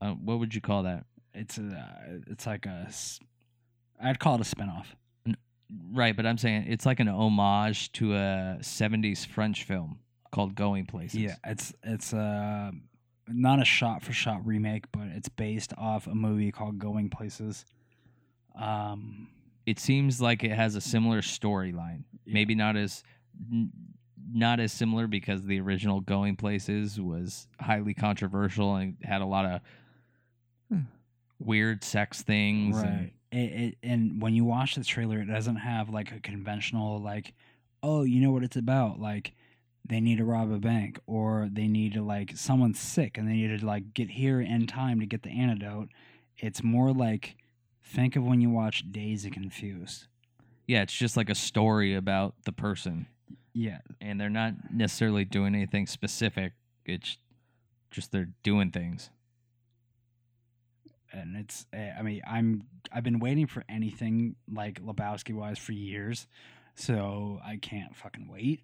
uh, what would you call that?
It's a it's like a s- I'd call it a spinoff.
Right, but I'm saying it's like an homage to a 70s French film called Going Places.
Yeah, it's it's uh not a shot for shot remake, but it's based off a movie called Going Places. Um
It seems like it has a similar storyline.
Yeah.
Maybe not as n- not as similar because the original Going Places was highly controversial and had a lot of weird sex things and
Hmm. right. It, it and when you watch the trailer, it doesn't have like a conventional like, oh, you know what it's about. Like they need to rob a bank or they need to like someone's sick and they need to like get here in time to get the antidote. It's more like think of when you watch Days and Confused.
yeah, it's just like a story about the person.
Yeah,
and they're not necessarily doing anything specific. It's just they're doing things.
and it's eh, i mean i'm i've been waiting for anything like lebowski wise for years so i can't fucking wait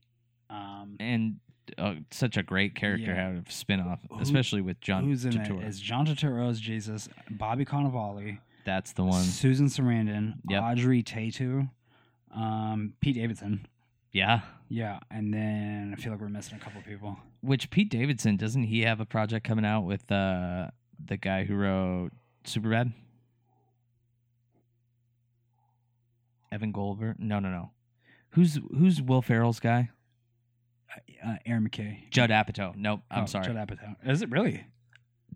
um
And uh, such a great character
Yeah.
out of spinoff,
Who-
especially with John
who's in
Turturro.
it is john Turturro's jesus bobby cannavale
That's the one.
susan sarandon
Yep.
audrey tatu um pete davidson
Yeah.
yeah and then i feel like we're missing a couple people
Which Pete Davidson doesn't he have a project coming out with uh, the guy who wrote Superbad? Evan Goldberg? No, no, no. Who's who's Will Ferrell's guy?
uh, aaron mckay
Judd Apatow. Nope, I'm
Oh,
sorry.
Judd Apatow. is it really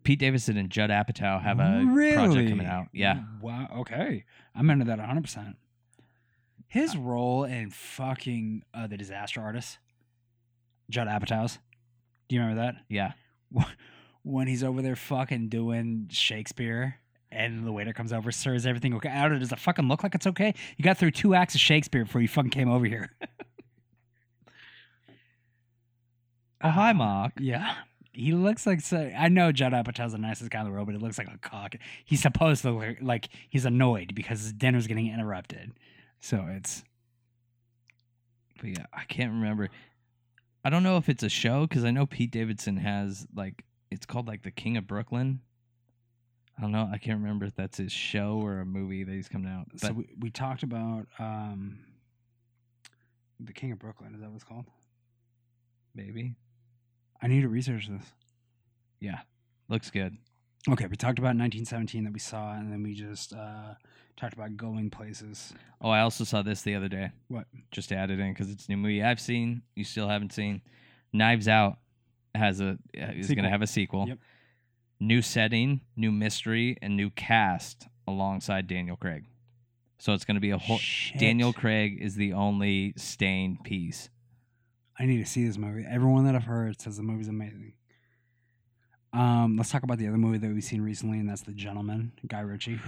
Pete Davidson and Judd Apatow have a project
Really?
coming out. Yeah.
Wow. Okay. I'm into that 100%. His
Uh,
role in fucking uh, The Disaster Artist, Judd Apatow's. Do you remember
Yeah.
that? When he's over there fucking doing Shakespeare and the waiter comes over, sir, is everything okay? I don't know, does it fucking look like it's okay? You got through two acts of Shakespeare before you fucking came over here.
Oh, hi, Mark.
Yeah. He looks like so. I know Judd Apatow's the nicest guy in the world, but he looks like a cock. He's supposed to look like he's annoyed because his dinner's getting interrupted. So it's
But yeah, I can't remember. I don't know if it's a show because I know Pete Davidson has like it's called like the King of Brooklyn. I don't know. I can't remember if that's his show or a movie that he's coming out. But
so we, we talked about um the King of Brooklyn. Is that what it's called?
maybe,
I need to research this.
yeah, looks good.
Okay, we talked about 1917 that we saw, and then we just uh talked about going places.
Oh, I also saw this the other day.
What?
Just added in because it's a new movie I've seen. You still haven't seen. Knives Out has a uh, is going
Sequel.
to have a sequel.
Yep.
New setting, new mystery, and new cast alongside Daniel Craig. So it's going to be a whole.
Shit.
Daniel Craig is the only stained piece.
I need to see this movie. Everyone that I've heard says the movie's amazing. Um, let's talk about the other movie that we've seen recently, and that's The Gentleman, Guy Ritchie.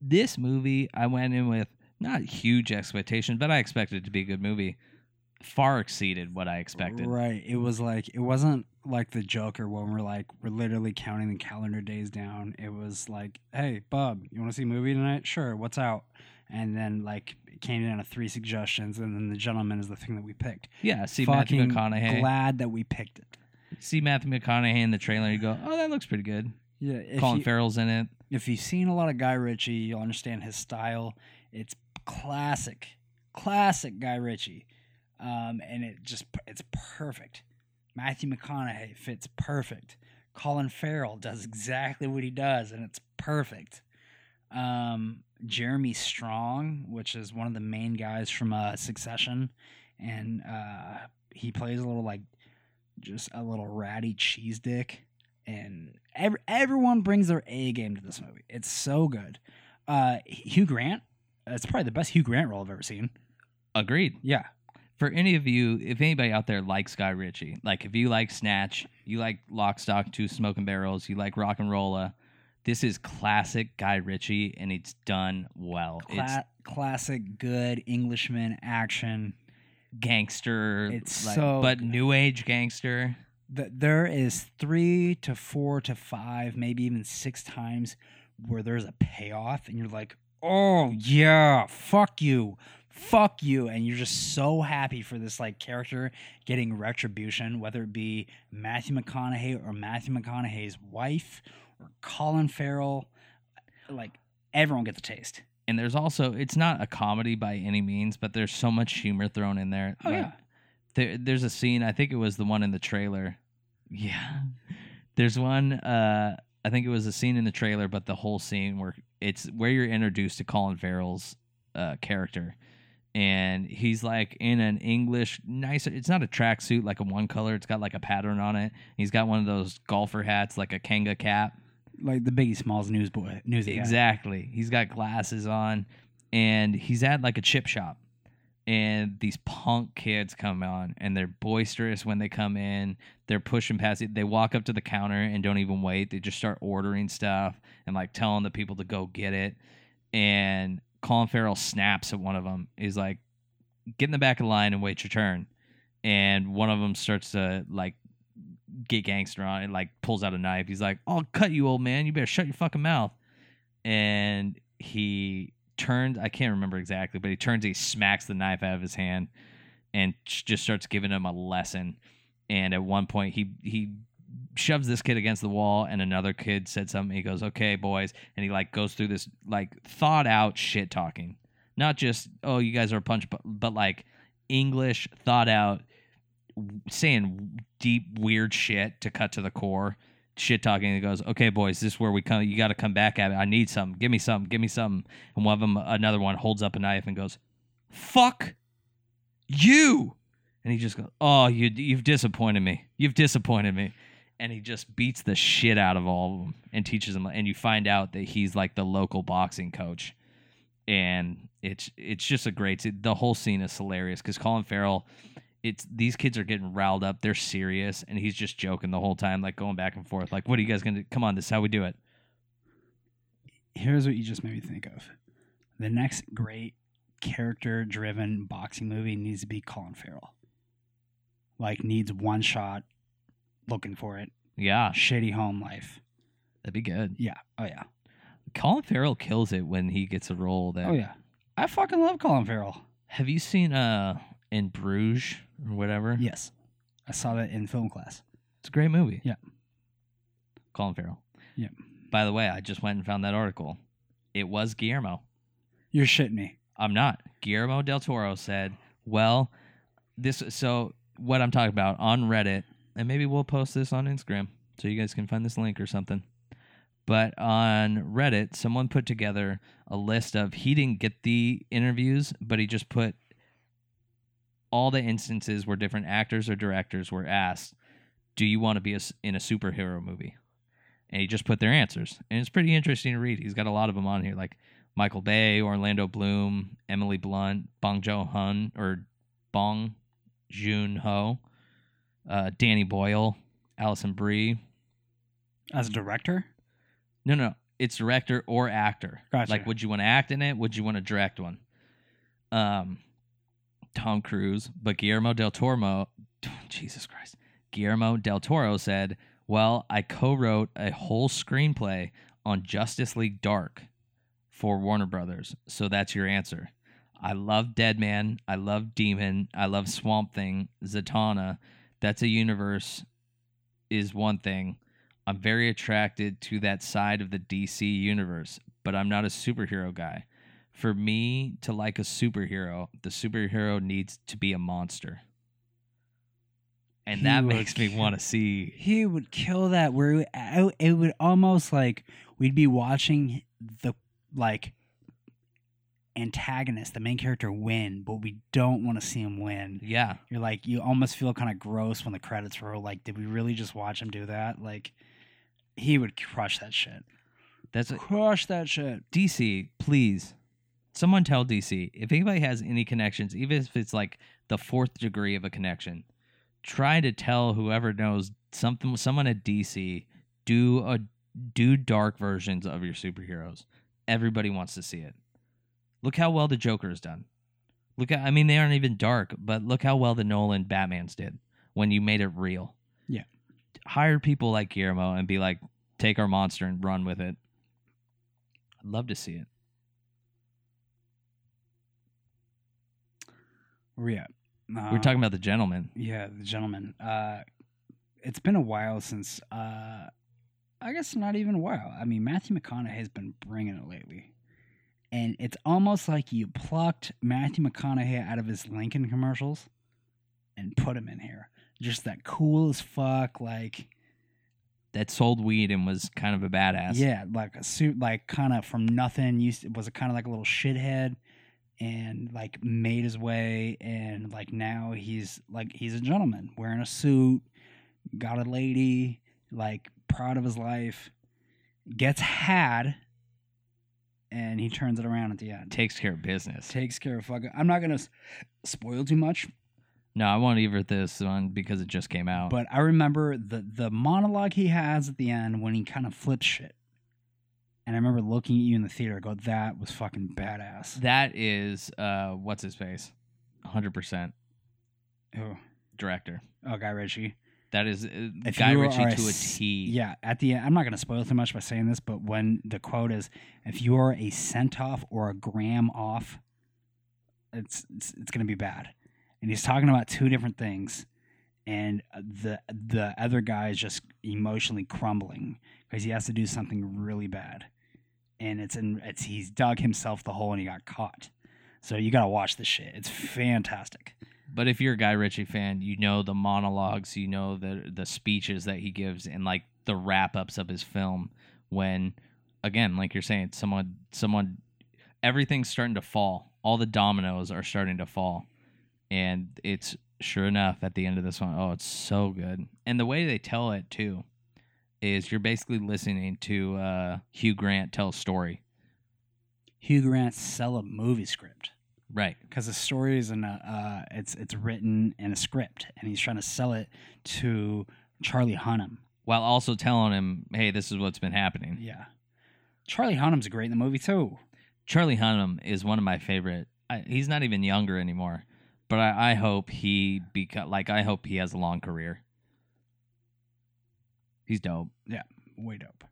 This movie, I went in with not huge expectations, but I expected it to be a good movie. Far exceeded what I expected.
Right. It was like it wasn't like the Joker when we're like we're literally counting the calendar days down. It was like, hey, Bob, you want to see a movie tonight? Sure. What's out? And then like it came down to three suggestions, and then The Gentleman is the thing that we picked.
Yeah, see Matthew
Fucking
McConaughey.
glad that we picked it.
see Matthew McConaughey in the trailer. You go, oh, that looks pretty good.
Yeah. If
Colin
you-
Farrell's in it.
if you've seen a lot of Guy Ritchie, you'll understand his style. It's classic, classic Guy Ritchie, um, and it just it's perfect. Matthew McConaughey fits perfect. Colin Farrell does exactly what he does, and it's perfect. Um, Jeremy Strong, which is one of the main guys from uh, Succession, and uh, he plays a little like just a little ratty cheese dick and ev- everyone brings their A game to this movie. It's so good. Uh, Hugh Grant, it's probably the best Hugh Grant role I've ever seen.
Agreed.
Yeah,
for any of you, if anybody out there likes Guy Ritchie, like if you like Snatch, you like Lock, Stock, Two Smoking Barrels, you like Rock and Rolla, this is classic Guy Ritchie, and it's done well.
Cla- classic good Englishman action.
it's gangster,
It's so
but
good.
new age gangster.
Th- there is three to four to five, maybe even six times where there's a payoff, and you're like, "Oh yeah, fuck you, fuck you," and you're just so happy for this like character getting retribution, whether it be Matthew McConaughey or Matthew McConaughey's wife or Colin Farrell, like everyone gets a taste.
And there's also it's not a comedy by any means, but there's so much humor thrown in there.
Like,
Like, there, there's a scene i think it was the one in the trailer yeah there's one uh i think it was a scene in the trailer but the whole scene where it's where you're introduced to colin farrell's uh character and he's like in an english nice it's not a tracksuit like a one color it's got like a pattern on it he's got one of those golfer hats like a kanga cap
like the Biggie Smalls newsboy, news
Exactly. He's got glasses on and he's at like a chip shop. And these punk kids come on and they're boisterous when they come in. They're pushing past it. They walk up to the counter and don't even wait. They just start ordering stuff and like telling the people to go get it. And Colin Farrell snaps at one of them. He's like, get in the back of the line and wait your turn. And one of them starts to like get gangster on it, like pulls out a knife. He's like, I'll cut you, old man. You better shut your fucking mouth and he turns i can't remember exactly but he turns he smacks the knife out of his hand and ch- just starts giving him a lesson and at one point he he shoves this kid against the wall and another kid said something he goes okay boys and he like goes through this like thought out shit talking not just oh you guys are a punch but, but like english thought out w- saying deep weird shit to cut to the core shit talking and goes, "Okay, boys, this is where we come. You got to come back at it. I need something. Give me something. Give me something." And one of them, another one, holds up a knife and goes, "Fuck you!" And he just goes, "Oh, you you've disappointed me. You've disappointed me." And he just beats the shit out of all of them and teaches them. And you find out that he's like the local boxing coach. And it's it's just a great. The whole scene is hilarious because Colin Farrell it's these kids are getting riled up. They're serious, and he's just joking the whole time, like going back and forth. Like, what are you guys gonna do? Come on, this is how we do it.
Here's what you just made me think of. The next great character driven boxing movie needs to be Colin Farrell. Like needs one shot looking for it.
Yeah,
Shitty home life.
that'd be good.
Yeah. Oh yeah.
Colin Farrell kills it when he gets a role. That
Oh yeah. I fucking love Colin Farrell.
have you seen uh in Bruges or whatever?
Yes. I saw that in film class.
it's a great movie.
Yeah.
Colin Farrell.
Yeah.
By the way, I just went and found that article. It was Guillermo.
You're shitting me.
I'm not. Guillermo del Toro said, "Well, this so what I'm talking about on Reddit, and maybe we'll post this on Instagram so you guys can find this link or something." But on Reddit, someone put together a list of he didn't get the interviews, but he just put all the instances where different actors or directors were asked, "Do you want to be a s in a superhero movie?" And he just put their answers, and it's pretty interesting to read. He's got a lot of them on here, like Michael Bay, Orlando Bloom, Emily Blunt, Bong Jo Hun or Bong Joon Ho, uh, Danny Boyle, Allison Brie.
As a director?
No, no, it's director or actor.
Gotcha.
Like, would you want to act in it? Would you want to direct one? Um, Tom Cruise, but Guillermo del Toro. *sighs* Jesus Christ, Guillermo del Toro said, "Well, I co-wrote a whole screenplay on Justice League Dark for Warner Brothers, so that's your answer." I love Dead Man. I love Demon. I love Swamp Thing. Zatanna. That's a universe is one thing. I'm very attracted to that side of the DC universe, but I'm not a superhero guy. For me to like a superhero, the superhero needs to be a monster. And
He
that
would
makes me
kill- *laughs*
want to see.
He would kill that where it would- I- it would almost like we'd be watching the like antagonist, the main character win, but we don't want to see him win.
Yeah.
You're like you almost feel kind of gross when the credits roll. Like, did we really just watch him do that? Like, he would crush that shit.
That's
Crush that shit.
DC, please Someone tell DC if anybody has any connections, even if it's like the fourth degree of a connection, try to tell whoever knows something, someone at DC, do a do dark versions of your superheroes. Everybody wants to see it. Look how well the Joker is done. Look, at, I mean, they aren't even dark, but look how well the Nolan Batman's did when you made it real.
Yeah.
Hire people like Guillermo and be like, take our monster and run with it. I'd love to see it.
Where we at?
We
Um,
We're talking about the gentleman.
Yeah, the gentleman. Uh, it's been a while since. Uh, I guess not even a while. I mean, Matthew McConaughey's been bringing it lately, and it's almost like you plucked Matthew McConaughey out of his Lincoln commercials and put him in here. Just that cool as fuck, like
that sold weed and was kind of a badass.
yeah, like a suit, like kind of from nothing. Used to, was kind of like a little shithead, and like made his way, and like now he's like he's a gentleman wearing a suit, got a lady, like proud of his life, gets had, and he turns it around at the end.
Takes care of business.
Takes care of fucking. I'm not gonna s- spoil too much,
No, I won't either this one because it just came out.
But I remember the the monologue he has at the end when he kind of flips shit. And I remember looking at you in the theater, I go, that was fucking badass.
that is uh what's his face? 100%
Oh,
director.
oh Guy Ritchie.
That is uh,
If
Guy
you
Ritchie
are a
to a
s-
T.
Yeah, at the end, I'm not going to spoil too much by saying this, but when the quote is, if you are a cent off or a gram off, it's it's, it's going to be bad. And he's talking about two different things, and uh, the the other guy is just emotionally crumbling because he has to do something really bad, and it's in it's he's dug himself the hole and he got caught. So you got to watch this shit. It's fantastic.
But if you're a Guy Ritchie fan, you know the monologues, you know the the speeches that he gives, and like the wrap ups of his film. When, again, like you're saying, someone someone everything's starting to fall. All the dominoes are starting to fall, and it's sure enough at the end of this one, oh, it's so good. And the way they tell it too is you're basically listening to uh, Hugh Grant tell a story,
Hugh Grant sell a movie script.
right?
because the story is in a uh, it's it's written in a script, and he's trying to sell it to Charlie Hunnam.
While also telling him, hey, this is what's been happening.
Yeah, Charlie Hunnam's great in the movie too.
Charlie Hunnam is one of my favorite. I, he's not even younger anymore, but I, I hope he beca- like I hope he has a long career. He's dope.
Way dope.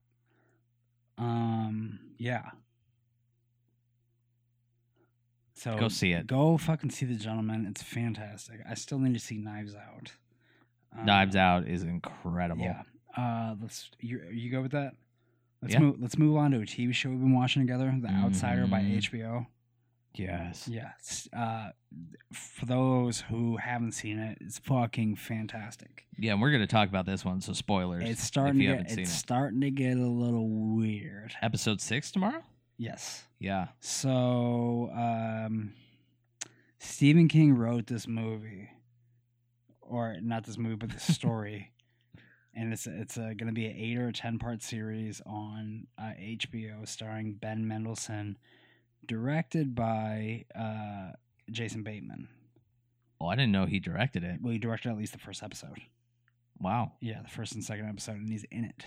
Um, yeah. So
Go see it.
Go fucking see the gentleman. It's fantastic. I still need to see Knives Out. Um,
Knives Out is incredible.
Yeah. Uh, let's you you go with that. Let's
Yeah.
move. Let's move on to a TV show we've been watching together, The Outsider by
Mhm.
HBO.
Yes.
Yes. Uh, for those who haven't seen it, it's fucking fantastic.
Yeah, and we're gonna talk about this one. So spoilers.
It's starting
If you
to
haven't
get,
seen
it's
it.
starting to get a little weird.
Episode six tomorrow.
Yes.
Yeah.
So, um, Stephen King wrote this movie, or not this
*laughs*
movie, but this story, and it's it's uh, going to be an eight or a ten part series on uh, HBO, starring Ben Mendelsohn, directed by uh, Jason Bateman.
Oh, I didn't know he directed it.
Well, he directed at least the first episode.
Wow.
Yeah, the first and second episode, and he's in it.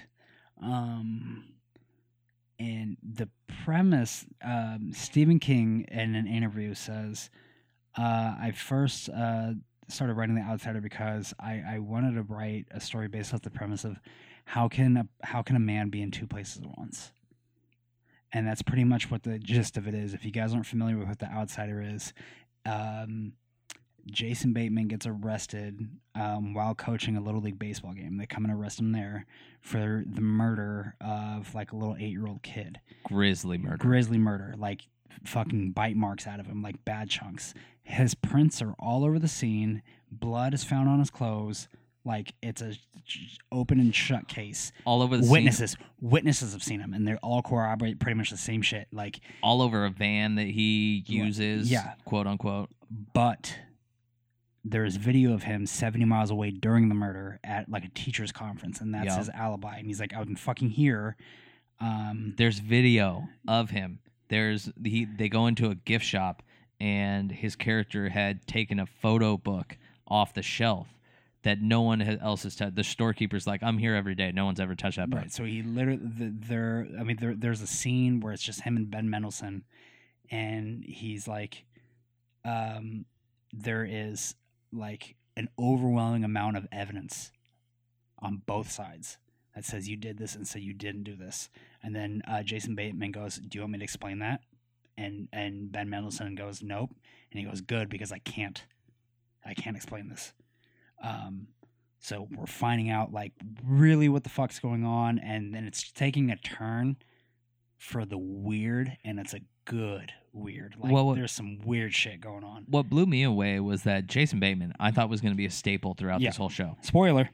Um, and the premise, um, Stephen King in an interview says, uh, "I first uh, started writing The Outsider because I, I wanted to write a story based off the premise of how can a, how can a man be in two places at once." And that's pretty much what the gist of it is. If you guys aren't familiar with what The Outsider is, um, Jason Bateman gets arrested um, while coaching a little league baseball game. They come and arrest him there for the murder of like a little eight year old kid.
Grizzly murder.
Grizzly murder, like fucking bite marks out of him, like bad chunks. His prints are all over the scene. Blood is found on his clothes. Like it's a open and shut case.
all over the scene,
Witnesses, witnesses have seen him, and they all corroborate pretty much the same shit. Like
all over a van that he
Yeah.
uses.
Yeah.
Quote unquote.
but there is video of him 70 miles away during the murder at like a teacher's conference and that's
Yeah.
his alibi and he's like i was fucking here um
There's video of him There's he they go into a gift shop and his character had taken a photo book off the shelf that no one has- else has touched. The storekeeper's like, "I'm here every day. No one's ever touched that book."
Right. So he literally th there. I mean, there, there's a scene where it's just him and Ben Mendelsohn, and he's like, um, there is like an overwhelming amount of evidence on both sides that says you did this and say you didn't do this. And then uh, Jason Bateman goes, "Do you want me to explain that?" And and Ben Mendelsohn goes, "Nope." And he goes, "Good, because I can't, I can't explain this." Um, so we're finding out like really what the fuck's going on, and then it's taking a turn for the weird, and it's a good weird. Like
Well, what-
there's some weird shit going on.
What blew me away was that Jason Bateman, I thought was going to be a staple throughout
Yeah.
this whole show.
Spoiler.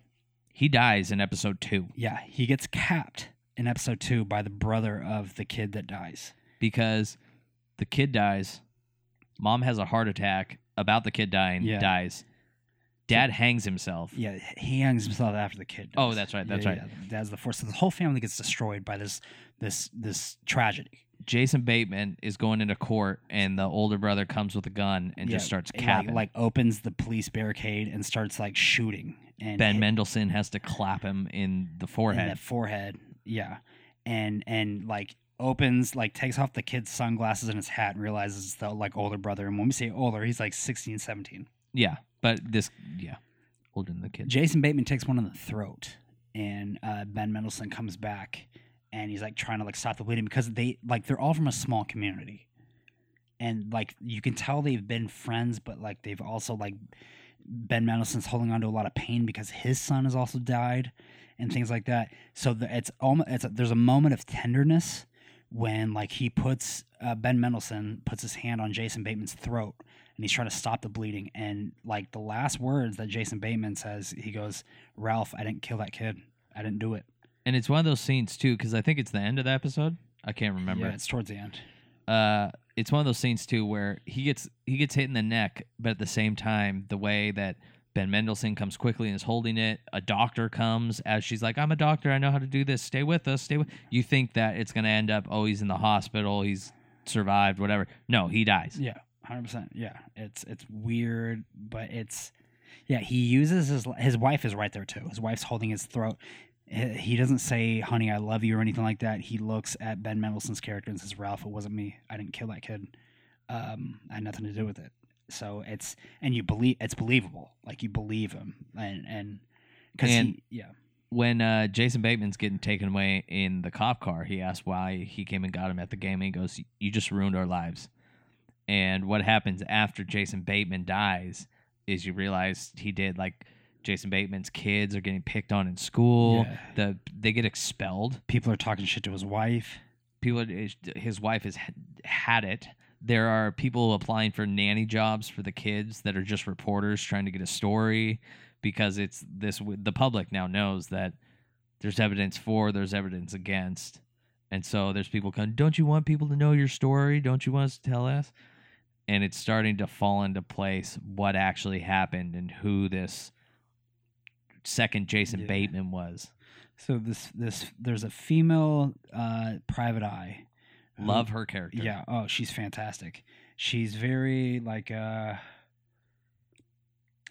He dies in episode 2
Yeah, he gets capped in episode two by the brother of the kid that dies.
because the kid dies, mom has a heart attack about the kid dying,
Yeah.
dies. Dad hangs himself.
Yeah, he hangs himself after the kid. Dies.
Oh, that's right, that's
Yeah,
right.
yeah, That's the force. So the whole family gets destroyed by this this this tragedy.
Jason Bateman is going into court, and the older brother comes with a gun and
Yeah,
just starts
it, like-
capping.
Like, opens the police barricade and starts like shooting. And
ben
hit-
Mendelsohn has to clap him in the
in
forehead.
the forehead. Yeah, and and like opens like takes off the kid's sunglasses and his hat and realizes it's the like older brother. And when we say older, he's like 16, 17.
yeah, but this, yeah, older than the kid.
Jason Bateman takes one in the throat, and uh, Ben Mendelsohn comes back, and he's like trying to like stop the bleeding because they like they're all from a small community, and like you can tell they've been friends, but like they've also like Ben Mendelsohn's holding on to a lot of pain because his son has also died, and things like that. So the, it's almost it's a, there's a moment of tenderness when like he puts uh, Ben Mendelsohn puts his hand on Jason Bateman's throat and he's trying to stop the bleeding. And like the last words that Jason Bateman says, he goes, "Ralph, I didn't kill that kid. I didn't do it."
And it's one of those scenes, too, because I think it's the end of the episode. I can't remember.
Yeah, it's towards the end.
uh it's one of those scenes too where he gets he gets hit in the neck, but at the same time, the way that Ben Mendelsohn comes quickly and is holding it, a doctor comes as she's like, "I'm a doctor, I know how to do this. Stay with us, stay with." You think that it's gonna end up, oh, he's in the hospital, he's survived, whatever. No, he dies.
Yeah, hundred percent. Yeah, it's it's weird, but it's yeah. He uses his his wife is right there too. His wife's holding his throat. He he doesn't say, "Honey, I love you" or anything like that. He looks at Ben Mendelsohn's character and says, "Ralph, it wasn't me. I didn't kill that kid. Um, I had nothing to do with it." So it's and you believe it's believable. Like you believe him, and and because
And-
he yeah
When uh, Jason Bateman's getting taken away in the cop car, he asks why he came and got him at the game, and he goes, "You just ruined our lives." and what happens after Jason Bateman dies is you realize he did like Jason Bateman's kids are getting picked on in school.
Yeah.
The they get expelled.
people are talking shit to his wife.
People, his wife has had it. There are people applying for nanny jobs for the kids that are just reporters trying to get a story because it's this. The public now knows that there's evidence for, there's evidence against, and so there's people going, "Don't you want people to know your story? Don't you want us to tell us?" and it's starting to fall into place what actually happened and who this second Jason
Yeah.
Bateman was.
So this this there's a female uh, private eye. who-
Love her character.
Yeah. Oh, she's fantastic. She's very like uh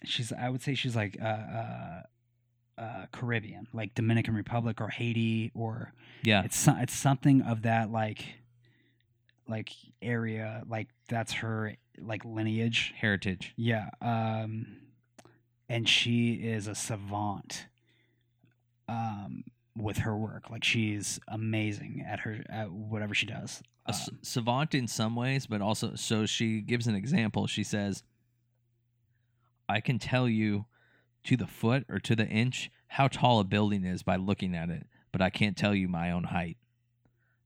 she's I would say she's like uh uh uh Caribbean, like Dominican Republic or Haiti or
Yeah.
it's so- it's something of that like like area, like that's her like lineage.
Heritage.
Yeah. Um, and she is a savant um, with her work. Like she's amazing at her at whatever she does.
A s-
Um,
savant in some ways, but also, so she gives an example. She says, I can tell you to the foot or to the inch how tall a building is by looking at it, but I can't tell you my own height.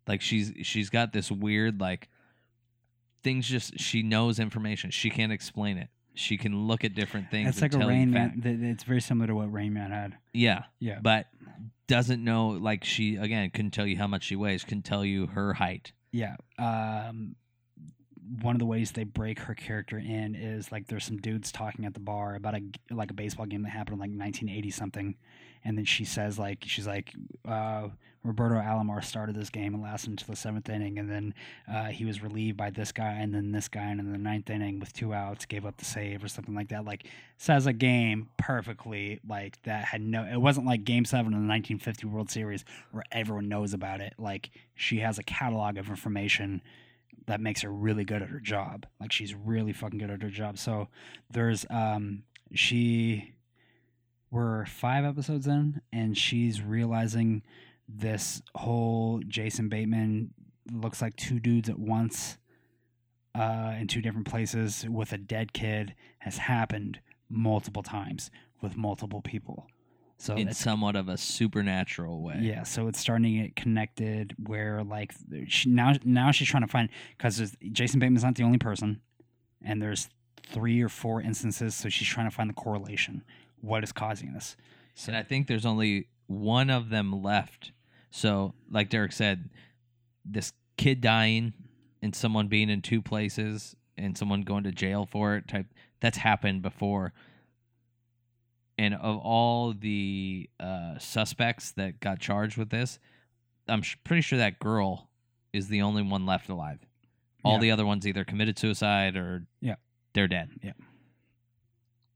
Like she's she's got this weird like things just she knows information. She can't explain it. She can look at different things.
it's
and
like a
tell you
Rain
fact-
Man. th- th- It's very similar to what Rain Man had.
Yeah,
Yeah.
but doesn't know like she again couldn't tell you how much she weighs. Couldn't tell you her height.
Yeah. Um, one of the ways they break her character in is like there's some dudes talking at the bar about a g- like a baseball game that happened in like 1980 something, and then she says like she's like uh, Roberto Alomar started this game and lasted until the seventh inning, and then uh, he was relieved by this guy and then this guy, and in the ninth inning with two outs, gave up the save or something like that. Like says a game perfectly like that had no. It wasn't like Game Seven of the 1950 World Series where everyone knows about it. Like she has a catalog of information that makes her really good at her job. Like she's really fucking good at her job. So there's um she we're five episodes in and she's realizing this whole Jason Bateman looks like two dudes at once uh in two different places with a dead kid has happened multiple times with multiple people. So
in
it's
somewhat of a supernatural way.
yeah, so it's starting to get connected where like th- she, now now she's trying to find because Jason Bateman's not the only person, and there's three or four instances, so she's trying to find the correlation. What is causing this? So
And I think there's only one of them left. So, like Derek said, this kid dying and someone being in two places and someone going to jail for it type that's happened before. And of all the uh, suspects that got charged with this, I'm sh- pretty sure that girl is the only one left alive. All
Yeah.
the other ones either committed suicide or
Yeah.
they're dead.
Yeah.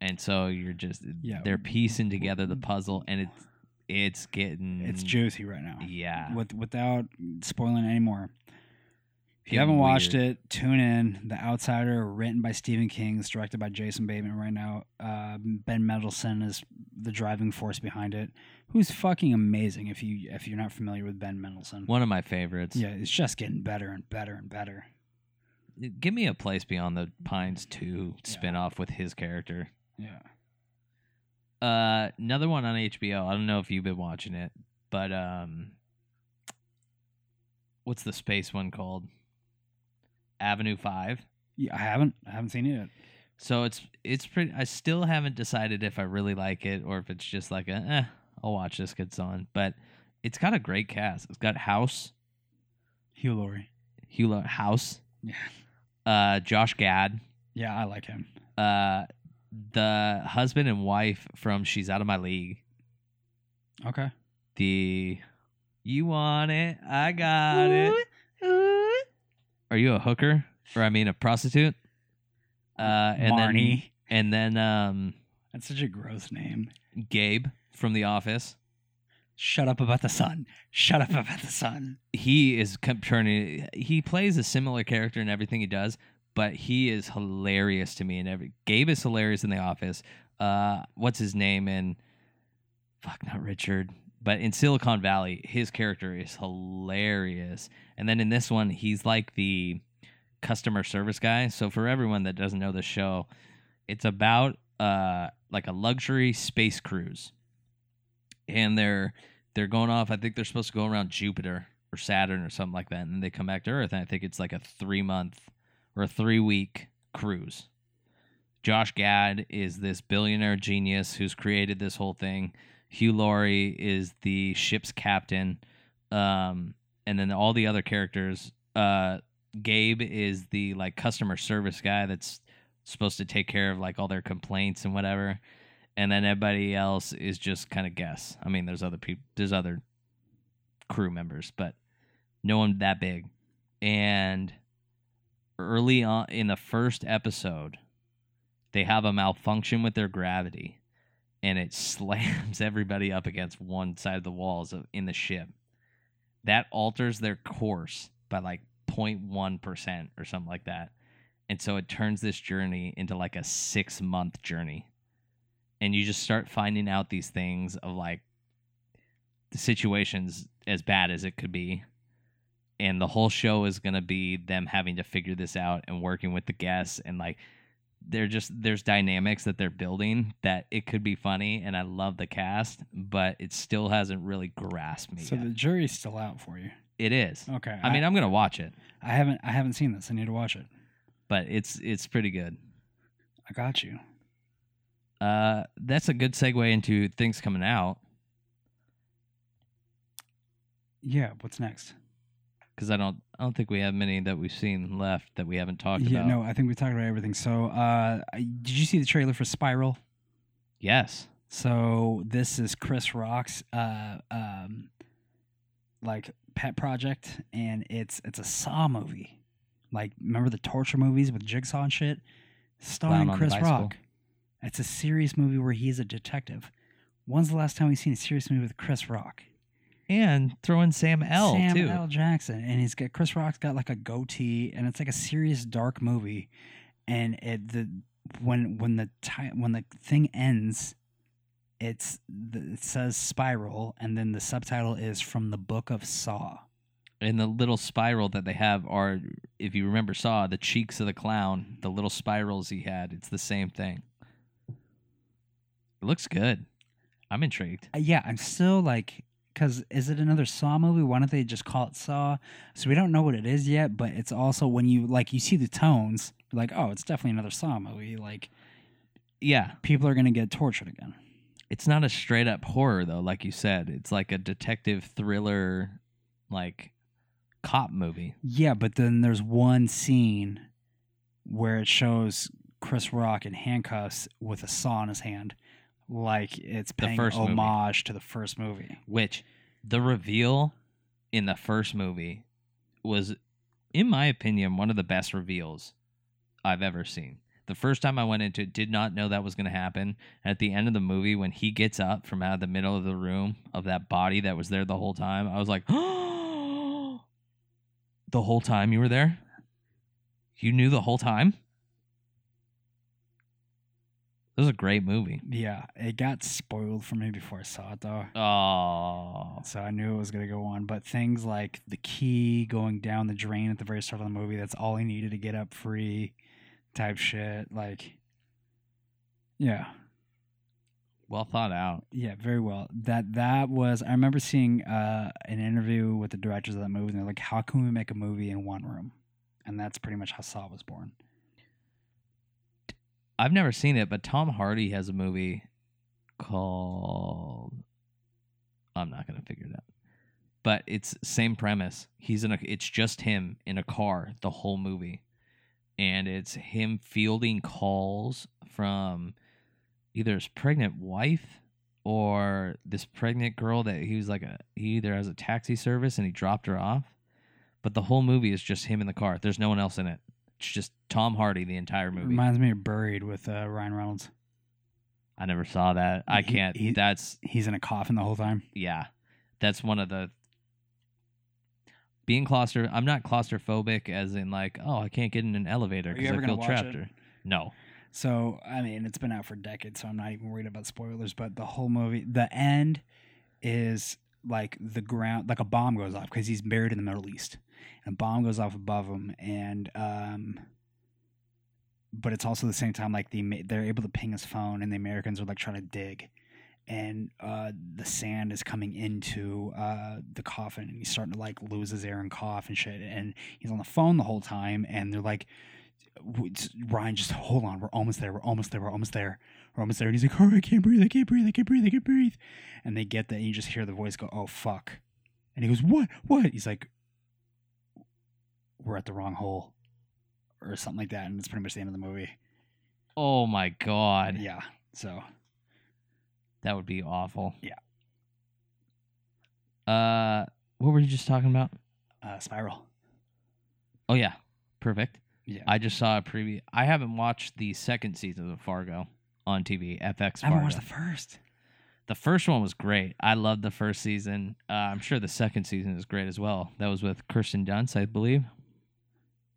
And so you're just
Yeah.
they're piecing together the puzzle and it's mm, it's getting
it's juicy right now.
yeah
With without spoiling anymore, if
Getting
you haven't watched
weird.
it, tune in. The Outsider, written by Stephen King, is directed by Jason Bateman right now. Uh, ben Mendelsohn is the driving force behind it, who's fucking amazing. If you if you're not familiar with Ben Mendelsohn,
One of my favorites.
yeah, it's just getting better and better and better.
Give me a place beyond the Pines 2
Yeah.
spinoff with his character.
Yeah,
Uh, another one on HBO. I don't know if you've been watching it, but um, what's the space one called? Avenue Five.
yeah I haven't I haven't seen it yet.
So it's it's pretty. I still haven't decided if I really like it or if it's just like a eh, I'll watch this gets on. But it's got a great cast. It's got House,
Hugh Laurie.
Hugh Lau- House,
Yeah,
uh, Josh Gad,
yeah, I like him.
uh, the husband and wife from She's Out of My League.
Okay,
The you want it, I got it. Are you a hooker or I mean a prostitute? Uh, and
Marnie.
then and then um,
That's such a gross name.
Gabe from The Office.
Shut up about the sun. Shut up about the sun.
he is com- turning he plays a similar character in everything he does but he is hilarious to me in every gabe is hilarious in the office uh what's his name in fuck not richard but in silicon valley his character is hilarious and then in this one he's like the customer service guy so for everyone that doesn't know the show it's about uh like a luxury space cruise and they're they're going off i think they're supposed to go around jupiter or saturn or something like that and then they come back to earth and i think it's like a three month or a three week cruise josh gad is this billionaire genius who's created this whole thing hugh laurie is the ship's captain um and then all the other characters uh gabe is the like customer service guy that's supposed to take care of like all their complaints and whatever and then everybody else is just kind of guess i mean there's other people there's other crew members but no one that big and early on in the first episode they have a malfunction with their gravity and it *laughs* slams everybody up against one side of the walls of, in the ship that alters their course by like 0.1% or something like that and so it turns this journey into like a six month journey and you just start finding out these things of like the situation's as bad as it could be and the whole show is going to be them having to figure this out and working with the guests and like they're just there's dynamics that they're building that it could be funny and i love the cast but it still hasn't really grasped me
So
yet.
the jury's still out for you.
it is
Okay.
i mean i'm going to watch it
I haven't I haven't seen this. I need to watch it.
but it's it's pretty good
I got you.
Uh, that's a good segue into things coming out
Yeah, what's next?
because I don't I don't think we have many that we've seen left that we haven't talked
yeah,
about.
no, I think we talked about everything. So, uh I- did you see the trailer for Spiral?
Yes.
So this is Chris Rock's uh um like pet project and it's it's a Saw movie. Like remember the torture movies with Jigsaw and shit? Starring
Clown on the
Chris
bicycle.
Rock. It's a serious movie where he's a detective. When's the last time we've seen a serious movie with Chris Rock?
And throw in Sam L
Sam
too.
L. Jackson, and he's got Chris Rock's got like a goatee, and it's like a serious dark movie. And it the when when the time when the thing ends, it's the, it says spiral, and then the subtitle is from the book of Saw.
And the little spiral that they have are, if you remember, saw the cheeks of the clown, the little spirals he had. It's the same thing. It looks good. I'm intrigued.
Uh, yeah, I'm still like, because is it another Saw movie? Why don't they just call it Saw? So we don't know what it is yet, but it's also when you like you see the tones, you're like oh, it's definitely another Saw movie. Like
Yeah,
people are gonna get tortured again.
it's not a straight up horror though, like you said. It's like a detective thriller, like cop movie.
Yeah, but then there's one scene where it shows Chris Rock in handcuffs with a saw in his hand, like it's
The
paying
first movie.
homage to the first movie.
Which the reveal in the first movie was, in my opinion, one of the best reveals I've ever seen. The first time I went into it, did not know that was going to happen. At the end of the movie, when he gets up from out of the middle of the room of that body that was there the whole time, I was like, *gasps* the whole time you were there? You knew the whole time? This was a great movie.
Yeah, it got spoiled for me before I saw it though.
Oh,
So I knew it was gonna go on, but things like the key going down the drain at the very start of the movie—that's all he needed to get up free, type shit. Like, yeah,
well thought out.
Yeah, very well. That that was. I remember seeing uh, an interview with the directors of that movie, and they're like, "How can we make a movie in one room?" And that's pretty much how Saw was born.
I've never seen it, but Tom Hardy has a movie called I'm not gonna figure it out. But it's same premise. He's in a it's just him in a car the whole movie. And it's him fielding calls from either his pregnant wife or this pregnant girl that he was like a he either has a taxi service and he dropped her off. But the whole movie is just him in the car. There's no one else in it. It's just Tom Hardy the entire movie.
Reminds me of Buried with uh, Ryan Reynolds.
I never saw that. I
He-
can't.
he-
that's
He's in a coffin the whole time.
yeah. That's one of the being claustro. I'm not claustrophobic, as in like, oh, I can't get in an elevator
Are you
because
ever
I
gonna
feel
watch
trapped.
it?
Or, no,
So I mean, it's been out for decades, so I'm not even worried about spoilers. But the whole movie, the end is like the ground, like a bomb goes off because he's buried in the Middle East, and a bomb goes off above him, and um, but it's also the same time like the Ama- they're able to ping his phone, and the Americans are like trying to dig, and uh, the sand is coming into uh, the coffin, and he's starting to like lose his air and cough and shit, and he's on the phone the whole time, and they're like, w- just- Ryan, just hold on, we're almost there, we're almost there, we're almost there, we're almost there, and he's like, oh, I can't breathe, I can't breathe, I can't breathe, I can't breathe, and they get that, and you just hear the voice go, oh fuck, and he goes, what, what? He's like, we're at the wrong hole, or something like that, and it's pretty much the end of the movie.
oh my god,
Yeah, so
that would be awful.
Yeah.
Uh, what were you just talking about?
uh, Spiral.
Oh yeah, perfect.
Yeah.
I just saw a preview. I haven't watched the second season of Fargo on TV. FX.
I haven't
Fargo.
watched the first.
The first one was great. I loved the first season. Uh, I'm sure the second season is great as well. That was with Kirsten Dunst, I believe.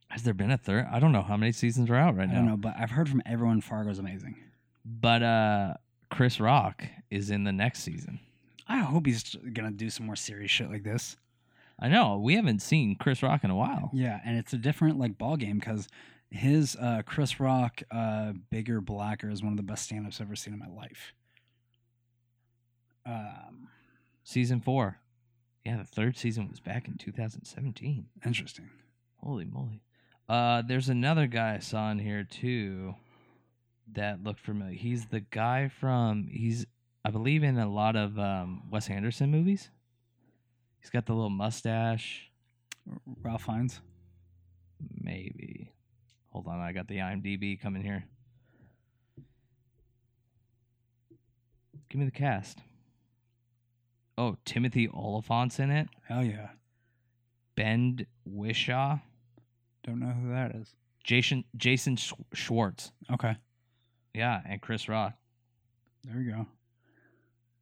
Has there been a third? I don't know how many seasons are out right
I
now.
don't know, but I've heard from everyone Fargo's amazing.
But uh, Chris Rock is in the next season.
I hope he's gonna do some more serious shit like this.
I know we haven't seen Chris Rock in a while.
Yeah, and it's a different like ball game because his uh, Chris Rock uh, bigger blacker is one of the best stand-ups I've ever seen in my life. Um,
Season four. Yeah, the third season was back in 2017.
interesting.
Holy moly. Uh, there's another guy I saw in here too that looked familiar. He's the guy from he's I believe in a lot of um, Wes Anderson movies. He's got the little mustache,
Ralph Fiennes.
maybe. Hold on, I got the IMDb coming here. Give me the cast. Oh, Timothy Oliphant's in it.
Hell yeah.
Ben Wishaw.
Don't know who that is.
Jason Jason Sch- Schwartz.
Okay.
Yeah, and Chris Rock.
There we go.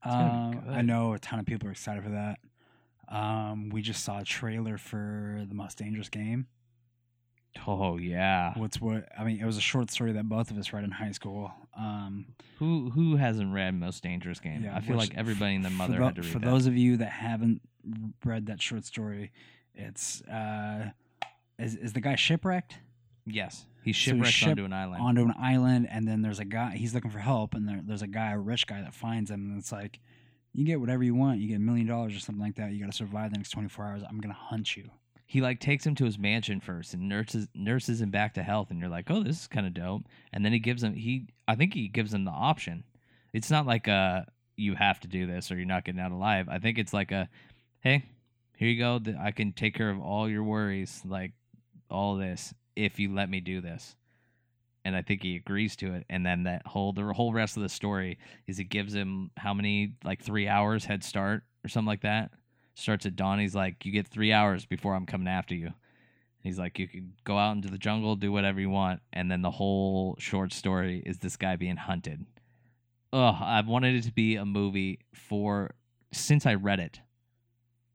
gonna be
Um, I
good.
know a ton of people are excited for that. Um, we just saw a trailer for the most dangerous game.
Oh yeah.
What's what? I mean, it was a short story that both of us read in high school. Um,
Who who hasn't read Most Dangerous Game?
Yeah,
I feel
which-
like everybody and their
for
mother
tho-
had to read
For
that.
those of you that haven't read that short story, it's uh, is is the guy shipwrecked
Yes, he's
So he's
shipwrecked
ship-
onto an island.
onto an island, and then there's a guy he's looking for help, and there, there's a guy, a rich guy, that finds him, and it's like, you get whatever you want, you get a million dollars or something like that. You got to survive the next 24 hours. I'm gonna hunt you.
he like takes him to his mansion first and nurses nurses him back to health and you're like oh this is kind of dope and then he gives him he i think he gives him the option it's not like a you have to do this or you're not getting out alive i think it's like a hey here you go th- i can take care of all your worries like all this if you let me do this and i think he agrees to it and then that whole the whole rest of the story is it gives him how many like three hours head start or something like that starts at dawn. He's like, "You get three hours before I'm coming after you." He's like, "You can go out into the jungle, do whatever you want." And then the whole short story is this guy being hunted. Ugh, I've wanted it to be a movie for since I read it.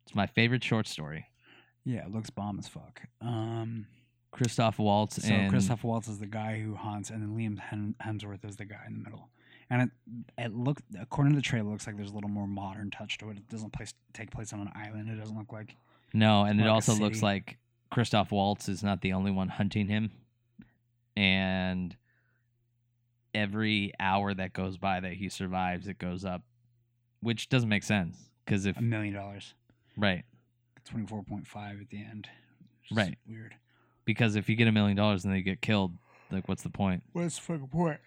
It's my favorite short story.
Yeah, it looks bomb as fuck. Um,
Christoph Waltz
so
and
Christoph Waltz is the guy who hunts, and then Liam Hem- Hemsworth is the guy in the middle. And it, it looked, according to the trailer, it looks like there's a little more modern touch to it. It doesn't place, take place on an island. It doesn't look like
no, and it
Like a
also looks
city.
like Christoph Waltz is not the only one hunting him, and every hour that goes by that he survives, it goes up, which doesn't make sense because if
a million dollars.
Right.
Twenty four point five at the end. It's
Right.
Weird.
Because if you get a million dollars and they get killed, like what's the point?
What's the fucking point?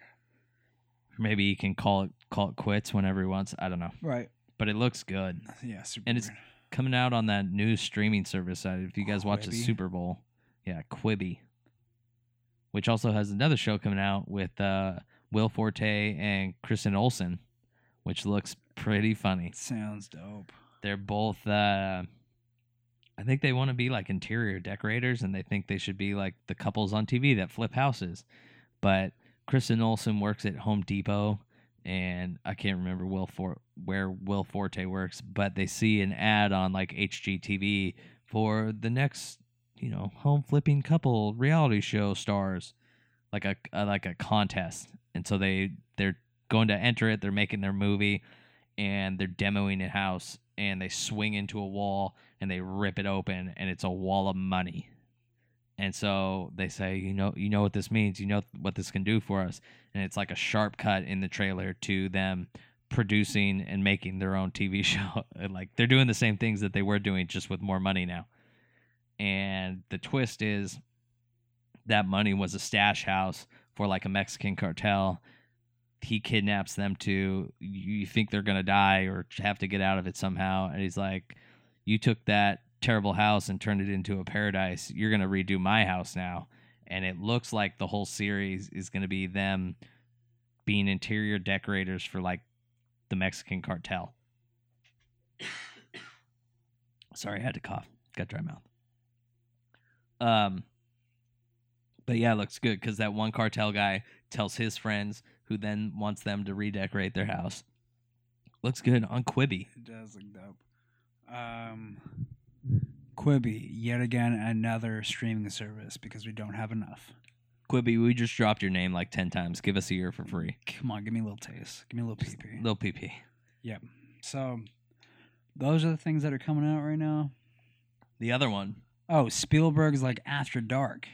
Or maybe he can call it call it quits whenever he wants. I don't know.
Right.
But it looks good.
Yeah. Super
And it's-
weird.
Coming out on that new streaming service uh, if you guys watch the
Quibi.
Super Bowl. Yeah, Quibi. Which also has another show coming out with uh, Will Forte and Kristen Olsen, which looks pretty funny.
It sounds dope.
They're both uh, I think they want to be like interior decorators and they think they should be like the couples on TV that flip houses. But Kristen Olsen works at Home Depot and I can't remember Will For- where Will Forte works, but they see an ad on like HGTV for the next, you know, home flipping couple reality show stars like a, a like a contest. And so they they're going to enter it, they're making their movie and they're demoing a house and they swing into a wall and they rip it open and it's a wall of money. And so they say, you know, you know what this means, you know what this can do for us. And it's like a sharp cut in the trailer to them producing and making their own TV *laughs* show. And, like they're doing the same things that they were doing just with more money now. And the twist is that money was a stash house for like a Mexican cartel he kidnaps them to you think they're gonna die or have to get out of it somehow and he's like you took that terrible house and turned it into a paradise you're gonna redo my house now and it looks like the whole series is gonna be them being interior decorators for like the mexican cartel *coughs* sorry i had to cough got dry mouth um but yeah it looks good because that one cartel guy tells his friends who then wants them to redecorate their house. Looks good on Quibi.
It does look dope. Um, Quibi, yet again another streaming service because we don't have enough.
Quibi, we just dropped your name like 10 times. Give us a year for free.
Come on, give me a little taste. Give me a little pee pee.
Little PP.
Yep. So those are the things that are coming out right now.
The other one.
Oh, Spielberg's like After Dark,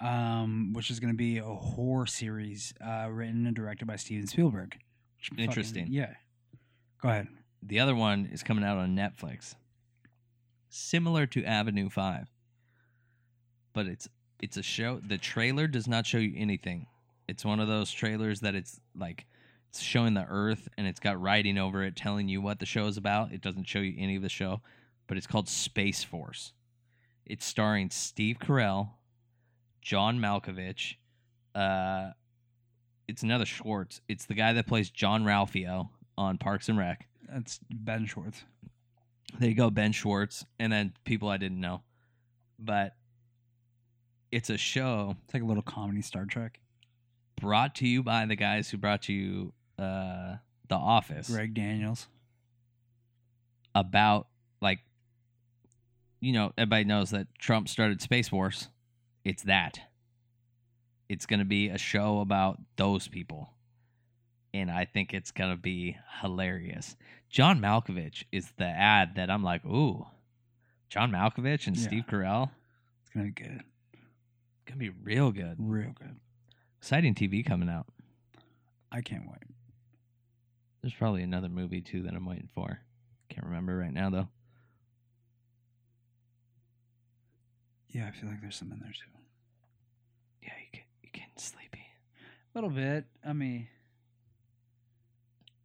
um, which is going to be a horror series uh, written and directed by Steven Spielberg. Which fucking-
Interesting.
yeah. Go ahead.
The other one is coming out on Netflix. Similar to Avenue 5. But it's it's a show the trailer does not show you anything. It's one of those trailers that it's like it's showing the earth and it's got writing over it telling you what the show is about. It doesn't show you any of the show, but it's called Space Force. It's starring Steve Carell, John Malkovich, uh it's another Schwartz. It's the guy that plays John Ralphio on Parks and Rec.
That's Ben Schwartz.
There you go, Ben Schwartz, and then people I didn't know. But it's a show
It's like a little comedy Star Trek.
brought to you by the guys who brought you uh, The Office
Greg Daniels.
about like you know everybody knows that Trump started Space Force. It's that. It's going to be a show about those people. And I think it's going to be hilarious. John Malkovich is the ad that I'm like, "Ooh. John Malkovich and
Yeah.
Steve Carell
It's gonna be good,
going to be real good.
real good.
Exciting TV coming out.
I can't wait.
There's probably another movie too that I'm waiting for. Can't remember right now though.
Yeah, I feel like there's some in there too.
Yeah, you get you getting sleepy.
A little bit. I mean,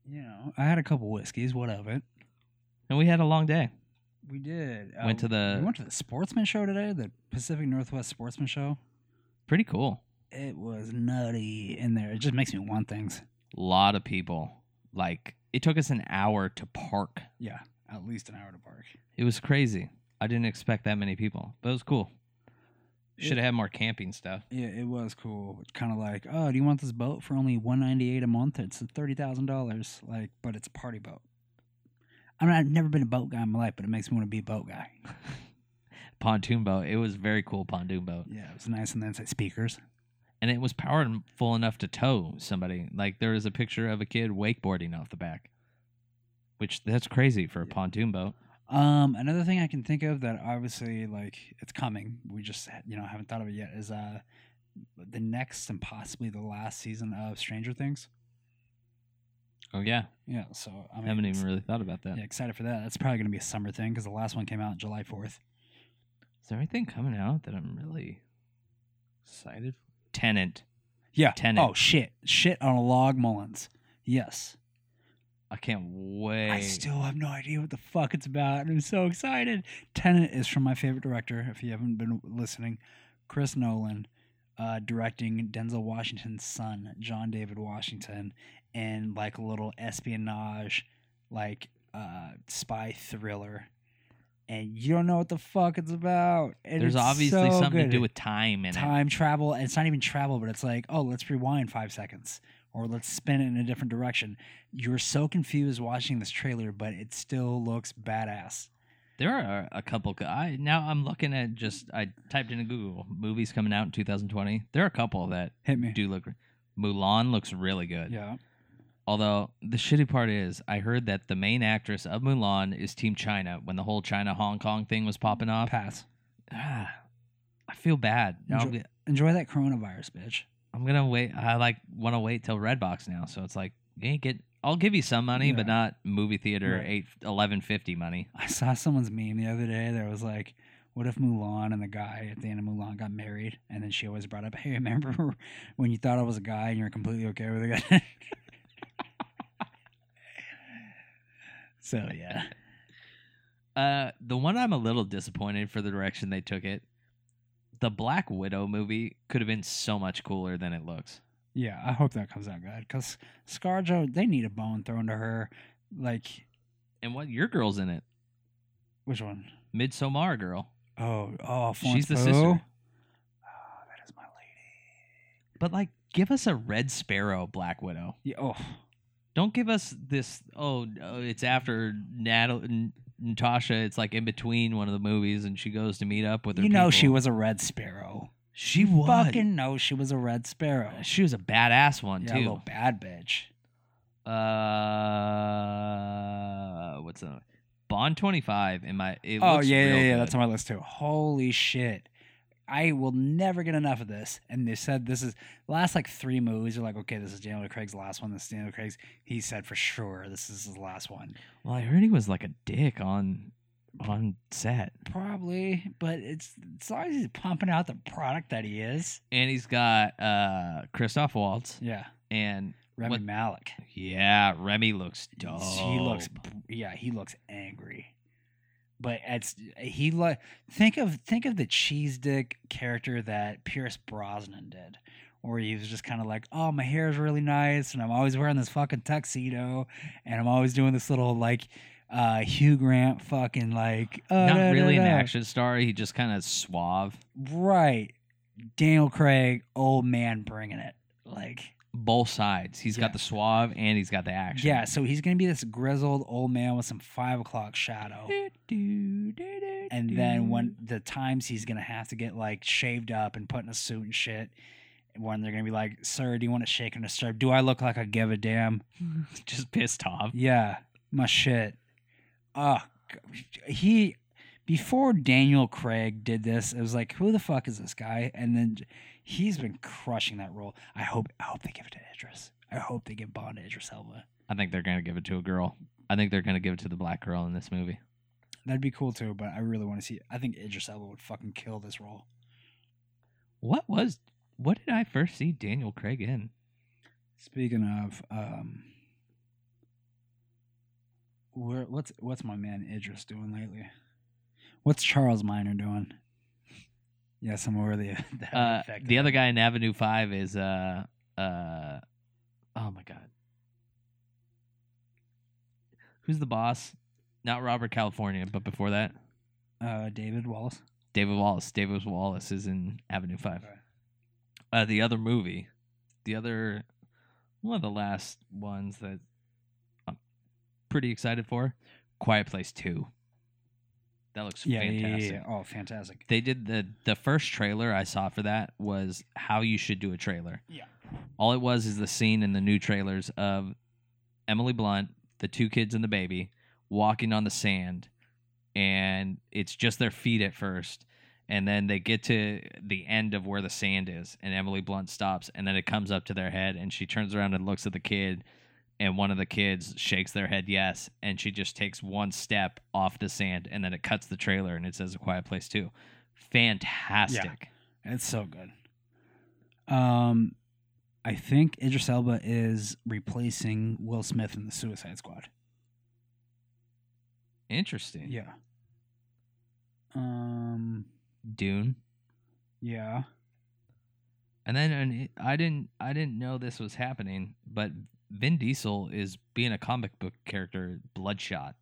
you know, I had a couple whiskeys. What of it?
And we had a long day.
We did. Uh,
Went to the-
We went to the sportsman show today. The Pacific Northwest Sportsman Show.
Pretty cool.
It was nutty in there. It just makes me want things.
lot of people. Like it took us an hour to park.
Yeah, at least an hour to park.
It was crazy. I didn't expect that many people, but it was cool. Should have had more camping stuff.
Yeah, it was cool. Kind of like, oh, do you want this boat for only one ninety eight a month? It's thirty thousand dollars. Like, but it's a party boat. I mean, I've never been a boat guy in my life, but it makes me want to be a boat guy.
Pontoon boat. It was a very cool pontoon boat,
Yeah, it was nice, and then it's like speakers.
and it was powerful enough to tow somebody. Like there was a picture of a kid wakeboarding off the back, which that's crazy for a pontoon boat.
Um, another thing I can think of that obviously like it's coming. We just ha- you know haven't thought of it yet. Is uh the next and possibly the last season of Stranger Things.
Oh yeah,
Yeah, so I
I
mean,
haven't
it's-
even really thought about that.
yeah, excited for that. That's probably gonna be a summer thing because the last one came out July fourth.
Is there anything coming out that I'm really excited? for? Tenant.
Yeah.
Tenet.
Oh shit. Shit on a log Mullins. Yes.
I can't wait.
I still have no idea what the fuck it's about, and I'm so excited. Tenet is from my favorite director, if you haven't been listening, Chris Nolan, uh, directing Denzel Washington's son, John David Washington, in like a little espionage, like uh, spy thriller. And you don't know what the fuck it's about. and
There's
it's
obviously
so
something to
good.
do with time in it.
time travel. and It's not even travel, but it's like, oh, let's rewind five seconds or let's spin it in a different direction. You're so confused watching this trailer, but it still looks badass.
There are a couple. co- I now I'm looking at just I typed into Google movies coming out in 2020. There are a couple that
Hit me.
do look. Mulan looks really good.
Yeah.
Although the shitty part is, I heard that the main actress of Mulan is Team China when the whole China Hong Kong thing was popping off.
Pass.
Ah, I feel bad. Now I'm,
Enjoy-
g-
Enjoy that coronavirus, bitch.
I'm gonna wait. I like want to wait till Redbox now. So it's like you ain't get. I'll give you some money, but
Yeah.
not movie theater
Right.
eight eleven fifty money.
I saw someone's meme the other day that was like, what if Mulan and the guy at the end of Mulan got married? And then she always brought up, hey, *laughs* remember when you thought I was a guy and you were completely okay with a guy? *laughs* so, yeah.
Uh, the one I'm a little disappointed for the direction they took it. The Black Widow movie could have been so much cooler than it looks.
Yeah, I hope that comes out good because ScarJo, they need a bone thrown to her. Like
And what your girl's in it?
which one?
Midsommar girl.
Oh, oh,
She's
Florence
the
Pugh?
sister.
Oh, that is my lady.
But like, give us a Red Sparrow Black Widow.
Yeah, oh,
Don't give us this. Oh, no, it's after Natal- N- Natasha. It's like in between one of the movies, and she goes to meet up with her.
you know she
people.
was a red sparrow.
She was.
Fucking know she was a red sparrow.
*laughs* She was a badass one
yeah, a
too.
little bad bitch.
Uh, what's the Bond twenty five? In my it
Oh
looks
yeah, yeah,
real
yeah.
good.
That's on my list too. Holy shit. I will never get enough of this. And they said this is last like three movies are like, okay, this is Daniel Craig's last one, this is Daniel Craig's. He said for sure this is his last one.
Well, I heard he was like a dick on on set,
Probably, but it's as long as he's pumping out the product that he is.
and he's got uh Christoph Waltz
Yeah,
and
Remy
What-
Malik.
yeah, Remy looks dope.
He looks, yeah, he looks angry. But it's he like think of think of the cheese dick character that Pierce Brosnan did, or he was just kind of like, "Oh, my hair is really nice, and I'm always wearing this fucking tuxedo, and I'm always doing this little like uh Hugh Grant fucking like uh, da, da,
Not really an
da."
action star. He just kind of suave,
right?" Daniel Craig, old man, bringing it like
both sides. He's
Yeah.
got the suave and he's got the action.
yeah. So he's gonna be this grizzled old man with some five o'clock shadow. and then when the times he's gonna have to get like shaved up and put in a suit and shit when they're gonna be like sir do you want to shake and disturb do i look like i give a damn
*laughs* just pissed off.
yeah my shit oh he before daniel craig did this it was like who the fuck is this guy and then j- he's been crushing that role i hope i hope they give it to idris i hope they give bond to idris elba
I think they're gonna give it to a girl. I think they're gonna give it to the black girl in this movie.
that'd be cool too but i really want to see i think idris elba would fucking kill this role
What was? What did I first see Daniel Craig in?
Speaking of, um, where what's what's my man Idris doing lately? What's Charles Minor doing? Yeah, somewhere where the *laughs* that
Uh,
affected
the other
him.
guy in Avenue Five is uh uh, oh my god, who's the boss? Not Robert California, but before that,
uh, David Wallace.
David Wallace. David Wallace is in Avenue Five.
Okay.
Uh, the other movie, the other one of the last ones that I'm pretty excited for, Quiet Place Two. That looks
Yeah, yeah, yeah,
fantastic.
yeah. Oh, fantastic.
They did the the first trailer I saw for that was how you should do a trailer.
Yeah.
All it was is the scene in the new trailers of Emily Blunt, the two kids and the baby walking on the sand, and it's just their feet at first. And then they get to the end of where the sand is, and Emily Blunt stops, and then it comes up to their head, and she turns around and looks at the kid, and one of the kids shakes their head yes, and she just takes one step off the sand, and then it cuts the trailer, and it says A Quiet Place too. Fantastic.
It's so good. Um, I think Idris Elba is replacing Will Smith in the Suicide Squad.
Interesting.
Yeah. Um.
Dune.
Yeah.
And then and I didn't I didn't know this was happening, but Vin Diesel is being a comic book character, Bloodshot,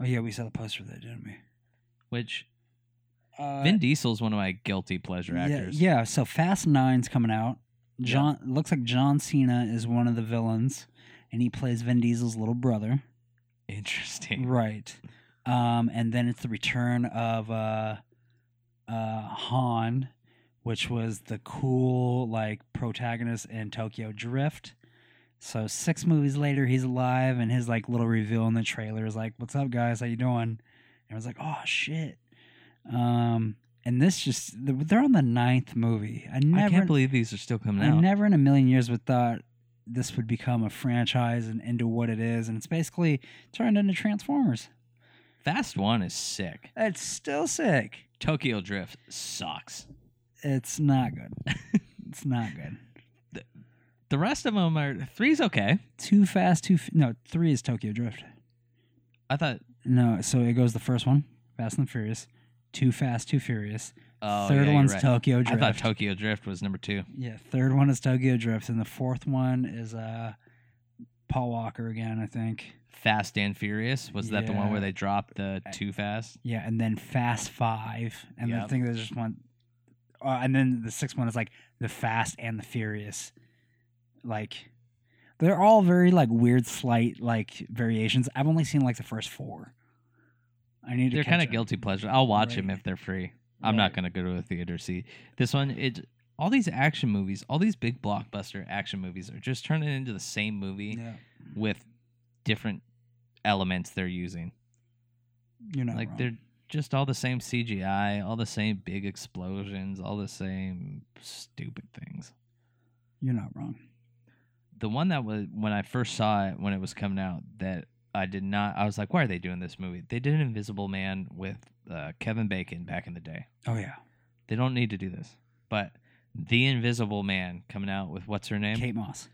Oh yeah, we saw the poster for that, didn't we?
which
Uh,
Vin Diesel's one of my guilty pleasure
yeah,
actors.
Yeah, so Fast Nine's coming out. John looks like John Cena is one of the villains, and he plays Vin Diesel's little brother.
*laughs* Interesting.
Right. Um, and then it's the return of uh, uh, Han, which was the cool like protagonist in Tokyo Drift. So six movies later, he's alive, and his like little reveal in the trailer is like, "What's up, guys? How you doing?" And I was like, "Oh shit." Um, and this just they're on the ninth movie. I never
I can't believe these are still coming
I
out.
never in a million years would thought this would become a franchise and into what it is, and it's basically turned into Transformers.
Fast One is sick.
It's still sick.
Tokyo Drift sucks.
It's not *laughs* good. it's not good.
The rest of them are three's okay.
Too fast, too f- no. Three is Tokyo Drift.
I thought
No, so it goes the first one, Fast and Furious. Too fast, too furious.
oh, yeah,
third
you're
one's
right.
Tokyo
I
Drift.
thought Tokyo Drift was number two.
yeah, third one is Tokyo Drift, and the fourth one is uh, Paul Walker again, I think.
Fast and Furious was that the one
Yeah.
where they dropped the too fast?
Yeah, and then Fast Five, and the
Yep.
thing that just went, uh, and then the sixth one is like the Fast and the Furious, like they're all very like weird, slight like variations. I've only seen like the first four. I need to.
They're
catch
kind of
up.
guilty pleasure. I'll watch them
Right.
if they're free. I'm not
Right.
gonna go to a theater see this one. It all these action movies, all these big blockbuster action movies are just turning into the same movie
Yeah,
with different elements they're using.
you're not
like
wrong.
they're just all the same CGI, all the same big explosions, all the same stupid things.
You're not wrong.
The one that was when I first saw it when it was coming out that I did not. I was like, why are they doing this movie? They did an Invisible Man with uh, Kevin Bacon back in the day.
Oh yeah,
They don't need to do this. But The Invisible Man coming out with what's her name?
Kate Moss,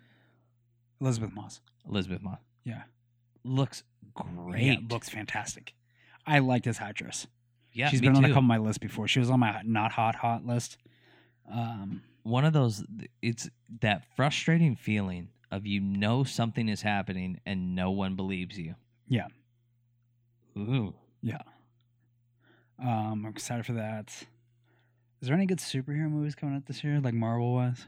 Elizabeth Moss.
Elizabeth Moss.
Yeah.
Looks
Yeah,
great.
looks fantastic. I like this hot dress.
yeah
She's
me
been on a
too.
couple of my lists before. She was on my not hot hot list. Um,
one of those it's that frustrating feeling of you know something is happening and no one believes you.
Yeah.
Ooh.
Um, I'm excited for that. Is there any good superhero movies coming out this year, like Marvel was?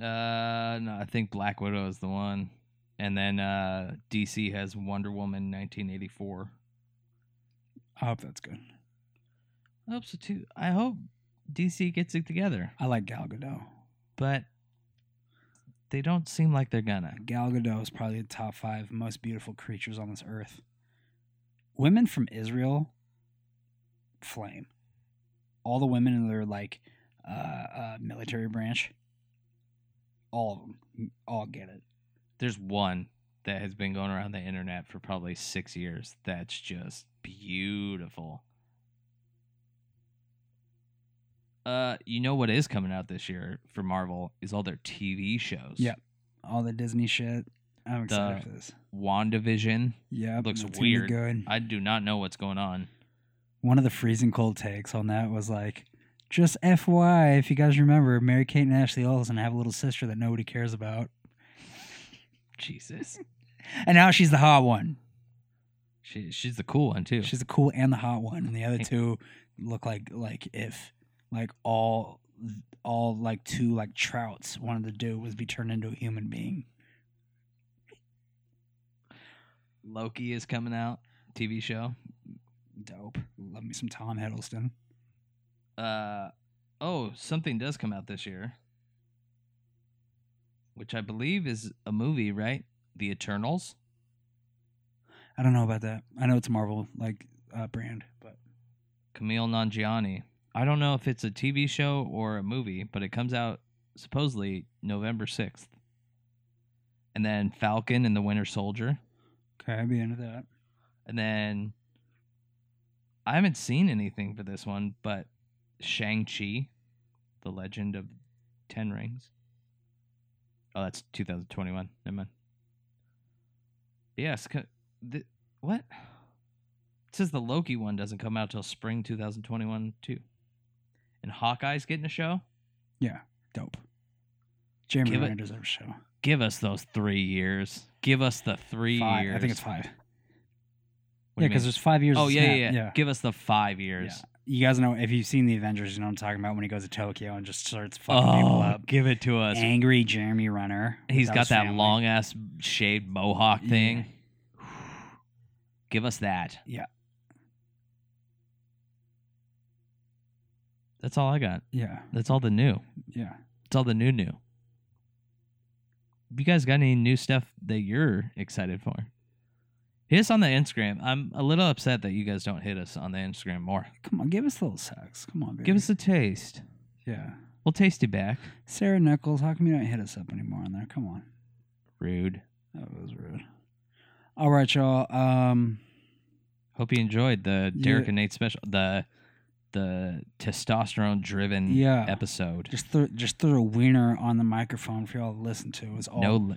Uh no, I think Black Widow is the one. And then uh DC has Wonder Woman 1984.
I hope that's good.
I hope so too. I hope DC gets it together,
I like Gal Gadot.
but they don't seem like they're gonna.
Gal Gadot is probably the top five most beautiful creatures on this earth. Women from Israel, flame. All the women in their like uh, uh, military branch, all of them, all get it.
There's one that has been going around the internet for probably six years. That's just beautiful. Uh, you know what is coming out this year for Marvel is all their TV shows.
Yeah. All the Disney shit. I'm excited
The-
for this.
WandaVision.
Yeah,
looks
that's gonna be
weird.
Good.
I do not know what's going on.
One of the freezing cold takes on that was like, just FY, if you guys remember, Mary Kate and Ashley Olsen have a little sister that nobody cares about,
Jesus.
and now she's the hot one.
she she's the cool one too.
She's the cool and the hot one, and the other two look like like if like all all like two like trouts wanted to do was be turned into a human being.
Loki is coming out, TV show.
Dope. Love me some Tom Hiddleston.
uh oh something does come out this year which i believe is a movie right the eternals
I don't know about that. I know it's a Marvel like uh, brand, but
camille nanjiani i don't know if it's a tv show or a movie but it comes out supposedly november 6th and then falcon and the winter soldier
okay, I'd be into that.
and then i haven't seen anything for this one but shang-chi the legend of ten rings oh that's 2021 never mind yes co- the, what it says the loki one doesn't come out till spring 2021 too and hawkeye's getting a show
Dope. Jeremy
Give it-
Renner deserves a show.
give us those three years give us the three
Five.
years
I think it's five.
What do
yeah,
you
because
mean?
there's five years.
oh
of
yeah,
Snap.
yeah yeah give us the five years
Yeah. You guys know if you've seen the Avengers, you know what I'm talking about when he goes to Tokyo and just starts fucking people up.
give it to us
Angry Jeremy Renner.
Oh, He's
without
got
his
that
family.
long ass shaved mohawk
Yeah.
thing. Give us that.
Yeah.
That's all I got.
Yeah,
That's all the new.
yeah.
It's all the new new. You guys got any new stuff that you're excited for? Hit us on the Instagram. I'm a little upset that you guys don't hit us on the Instagram more.
Come on, give us a little sex. Come on, baby.
Give us a taste.
yeah.
We'll taste it back.
Sarah Nichols, how come you don't hit us up anymore on there? Come on,
Rude.
that was rude. All right, y'all. Um,
Hope you enjoyed the
Yeah.
Derek and Nate special. The the testosterone driven
Yeah.
episode.
just threw just threw a wiener on the microphone for y'all to listen to. It was all
no, la-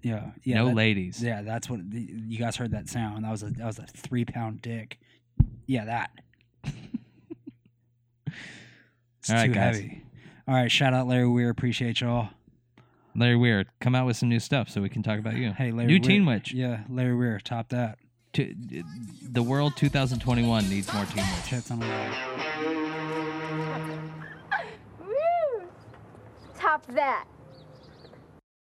yeah, Oh, yeah,
no
that-
ladies.
Yeah, that's what the, you guys heard that sound. That was a that was a three pound dick.
*laughs*
Yeah, that. it's
All right,
too
guys.
heavy. All right, shout out Larry Weir. Appreciate y'all.
Larry Weir, come out with some new stuff so we can talk about you.
Hey, Larry.
new
Weir.
Teen Witch.
Yeah, Larry Weir. Top that.
T- d- the world 2021 needs more Teen Witch.
Tits on the wall.
Woo! Top that.